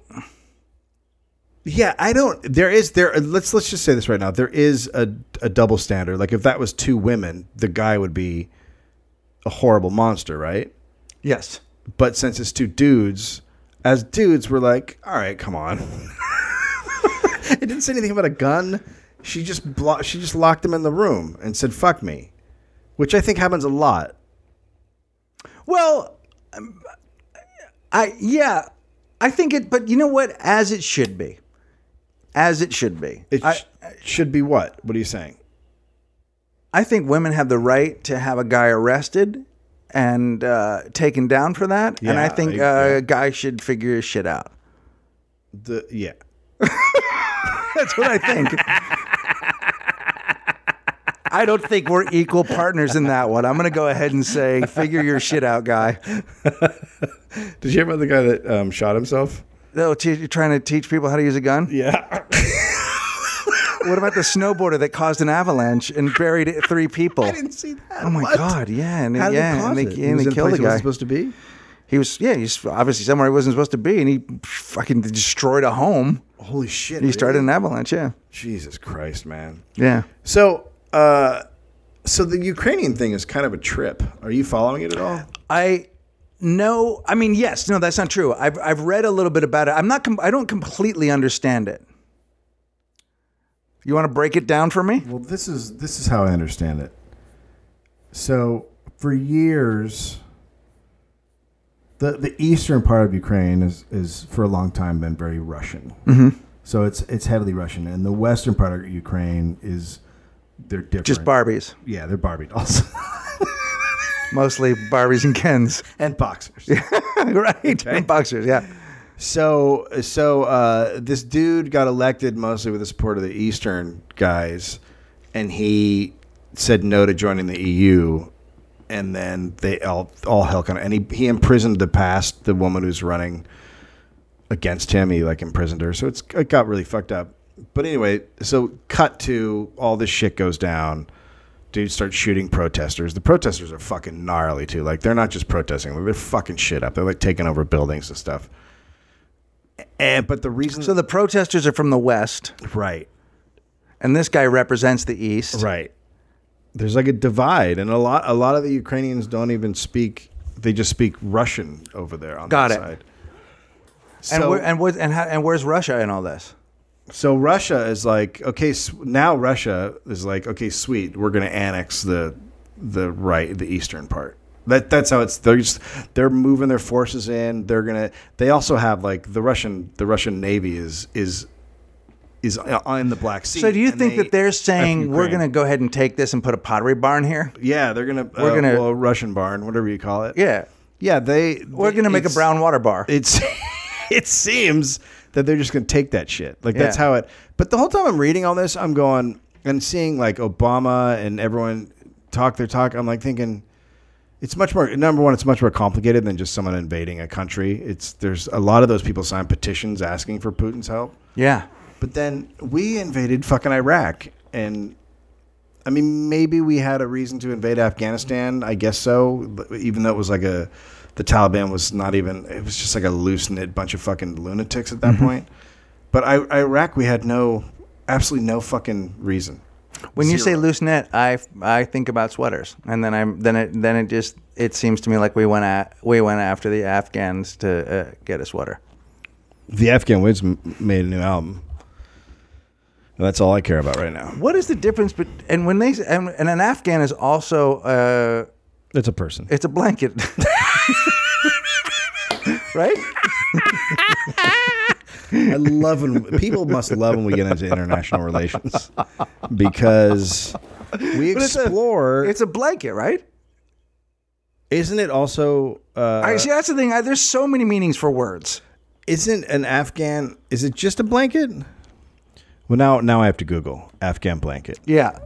yeah, I don't. There is there. uh, Let's let's just say this right now. There is a a double standard. Like if that was two women, the guy would be a horrible monster, right? yes. But since it's two dudes, as dudes, we're like, all right, come on. it didn't say anything about a gun. She just blo- she just locked him in the room and said, "Fuck me," which I think happens a lot. Well, um, I yeah, I think it. But you know what? As it should be, as it should be. It I, sh- should be what? What are you saying? I think women have the right to have a guy arrested and uh, taken down for that, and I Yeah, think I- uh, yeah. a guy should figure his shit out. The yeah. That's what I think. I don't think we're equal partners in that one. I'm going to go ahead and say, figure your shit out, guy. Did you hear about the guy that um, shot himself? Oh, te- you're trying to teach people how to use a gun? Yeah. What about the snowboarder that caused an avalanche and buried three people? I didn't see that. Oh my What? God! Yeah, and How did yeah, they cause and they, it? He and was they in a killed place the he wasn't guy. supposed to be. He was yeah, he's obviously somewhere he wasn't supposed to be, and he fucking destroyed a home. Holy shit. He started an avalanche. Yeah, Jesus Christ, man. yeah. So, uh, so the Ukrainian thing is kind of a trip. Are you following it at all? I no, I mean yes, no, that's not true. I've I've read a little bit about it. I'm not. Com- I don't completely understand it. You want to break it down for me? Well, this is this is how I understand it. So for years, the the eastern part of Ukraine is is for a long time been very Russian. So it's it's heavily Russian, and the western part of Ukraine is they're different. Just Barbies, yeah, they're Barbie dolls mostly Barbies and Kens, and boxers. right? And boxers. Yeah. So, so uh, this dude got elected mostly with the support of the Eastern guys, and he said no to joining the EU, and then they all all hell kind of and he he imprisoned the past the woman who's running against him. He like imprisoned her, so it's it got really fucked up. But anyway, so cut to all this shit goes down. Dude starts shooting protesters. The protesters are fucking gnarly too. Like they're not just protesting; like, they're fucking shit up. They're like taking over buildings and stuff. And but the reason So the protesters are from the west, right, and this guy represents the east. right. There's like a divide, and a lot a lot of the Ukrainians don't even speak. They just speak Russian over there on Got that it. side. And So- where, and where, and, how, and where's Russia in all this? So Russia is like, okay, s- now Russia is like, okay, sweet, we're going to annex the the right, the eastern part. That that's how it's. They're just they're moving their forces in. They're gonna. They also have like the Russian the Russian navy is is is on the Black Sea. So do you and think they- that they're saying we're Ukraine. going to go ahead and take this and put a pottery barn here? Yeah, they're gonna. We're uh, gonna- well, Russian barn, whatever you call it. Yeah, yeah. They we're going to make a it's- brown water bar. It's it seems that they're just gonna take that shit. Like that's Yeah. how it. But the whole time I'm reading all this, I'm going and seeing like Obama and everyone talk their talk. I'm like thinking. It's much more number one. It's much more complicated than just someone invading a country. It's there's a lot of those people sign petitions asking for Putin's help. yeah, But then we invaded fucking Iraq. And I mean, maybe we had a reason to invade Afghanistan. I guess so. but Even though it was like a, the Taliban was not even, it was just like a loose knit bunch of fucking lunatics at that point. But I, Iraq, we had no, absolutely no fucking reason. when you say loose knit, I I think about sweaters, and then I'm then it then it just it seems to me like we went at, we went after the Afghans to uh, get a sweater. The Afghan Wiz made a new album. That's all I care about right now. What is the difference? But and when they and, and an Afghan is also uh, It's a person. it's a blanket, right? I love when people must love when we get into international relations because we it's a- explore. It's a blanket, right? isn't it also? Uh, I see. That's the thing. I, there's so many meanings for words. isn't an Afghan? Is it just a blanket? Well, now now I have to Google Afghan blanket. Yeah.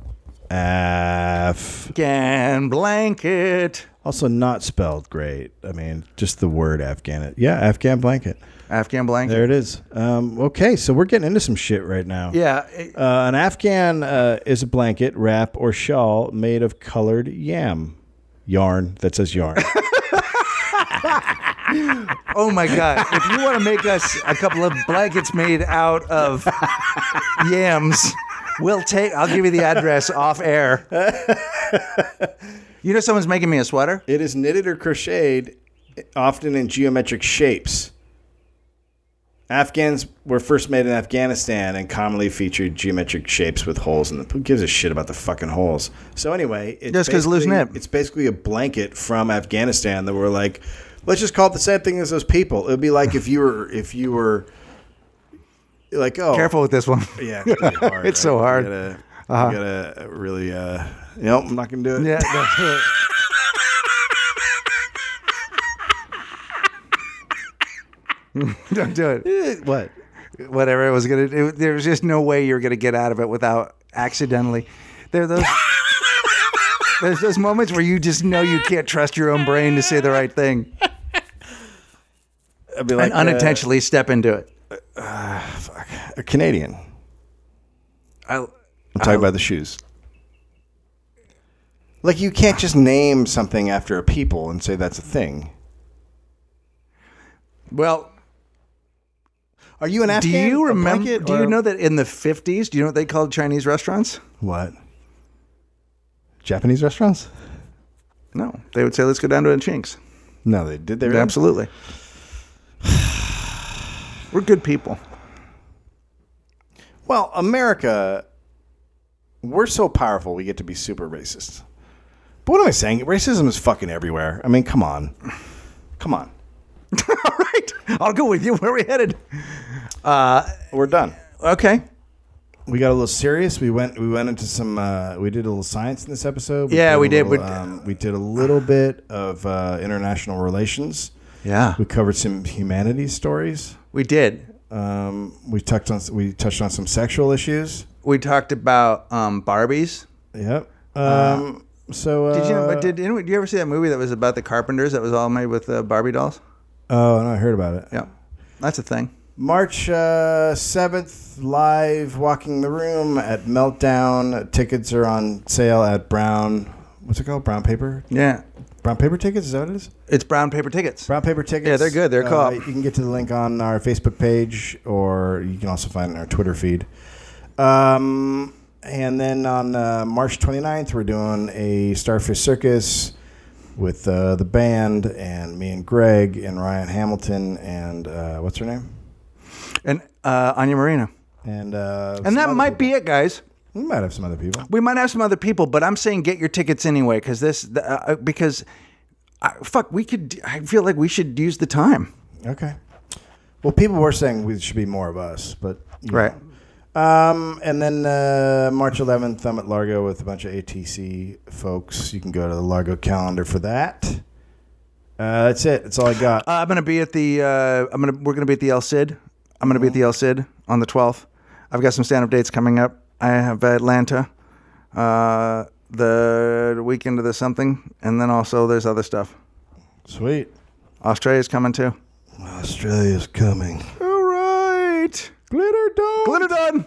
Af. Afghan blanket. Also not spelled great. I mean, just the word Afghan. Yeah, Afghan blanket. Afghan blanket. There it is. Um, okay, so we're getting into some shit right now. Yeah. it- Uh, an Afghan uh, is a blanket, wrap, or shawl made of colored yam yarn that says yarn. oh my God. if you want to make us a couple of blankets made out of yams, we'll take, I'll give you the address off air. You know, someone's making me a sweater. it is knitted or crocheted, often in geometric shapes. Afghans were first made in Afghanistan and commonly featured geometric shapes with holes in them. Who gives a shit about the fucking holes? So anyway, it's Just 'cause loose basically- knit. It's basically a blanket from Afghanistan that we're like, let's just call it the same thing as those people. It would be like if you were if you were like oh Careful with this one. Yeah, it's, really hard, It's so hard. Uh-huh. You gotta, you gotta really. Uh, nope, I'm not gonna do it. Yeah. no. Don't do it. What? whatever it was gonna do. There was just no way you were gonna get out of it without accidentally. There are those. There's those moments where you just know you can't trust your own brain to say the right thing. I'd be like and unintentionally step into it. uh, a Canadian. I, I'm talking about the shoes. Like you can't just name something after a people and say that's a thing. well, Are you an do Afghan? you A remember? blanket, Do you or- know that in the fifties? Do you know what they called Chinese restaurants? what? Japanese restaurants? No, they would say, "Let's go down to a Chinks." No, they did. They really? Absolutely. We're good people. Well, America, we're so powerful, we get to be super racist. But what am I saying? Racism is fucking everywhere. I mean, come on, come on. All right, I'll go with you. Where are we headed? We're done. Okay. We got a little serious. We went. We went into some. Uh, we did a little science in this episode. Yeah, a we did. little, We- um, we did a little bit of uh, international relations. Yeah, We covered some humanities stories. we did. Um, we touched on. We touched on some sexual issues. We talked about um, Barbies. Yep. Um, so uh, Did you? but did anyone? Did you ever see that movie that was about the carpenters that was all made with uh, Barbie dolls? Oh, no, I heard about it. Yeah, that's a thing. March uh, seventh, live walking the room at Meltdown. Tickets are on sale at Brown. What's it called? Brown paper. Yeah, Brown paper tickets. Is that what it is? it's brown paper tickets. Brown paper tickets. Yeah, they're good. They're uh, co-op. You can get to the link on our Facebook page, or you can also find it in our Twitter feed. Um, and then on uh, March 29th, we're doing a Starfish Circus with uh, the band and me and Greg and Ryan Hamilton and uh, what's her name? And uh, Anya Marino. And uh, And that might be it, guys. be. We might have some other people. We might have some other people, but I'm saying get your tickets anyway because this the, uh, uh, because I, fuck we could. I feel like we should use the time. Okay. Well, people were saying we should be more of us, but you know. Right. Um, and then uh, March 11th, I'm at Largo with a bunch of ATC folks. You can go to the Largo calendar for that. Uh, that's it. That's all I got. Uh, I'm gonna be at the. Uh, I'm gonna. We're gonna be at the El Cid. I'm gonna be at the El Cid on the 12th. I've got some stand-up dates coming up. I have Atlanta, uh, the weekend of the something, and then also there's other stuff. Sweet. Australia's coming too. Australia's coming. All right. Glitter dome. Glitter done.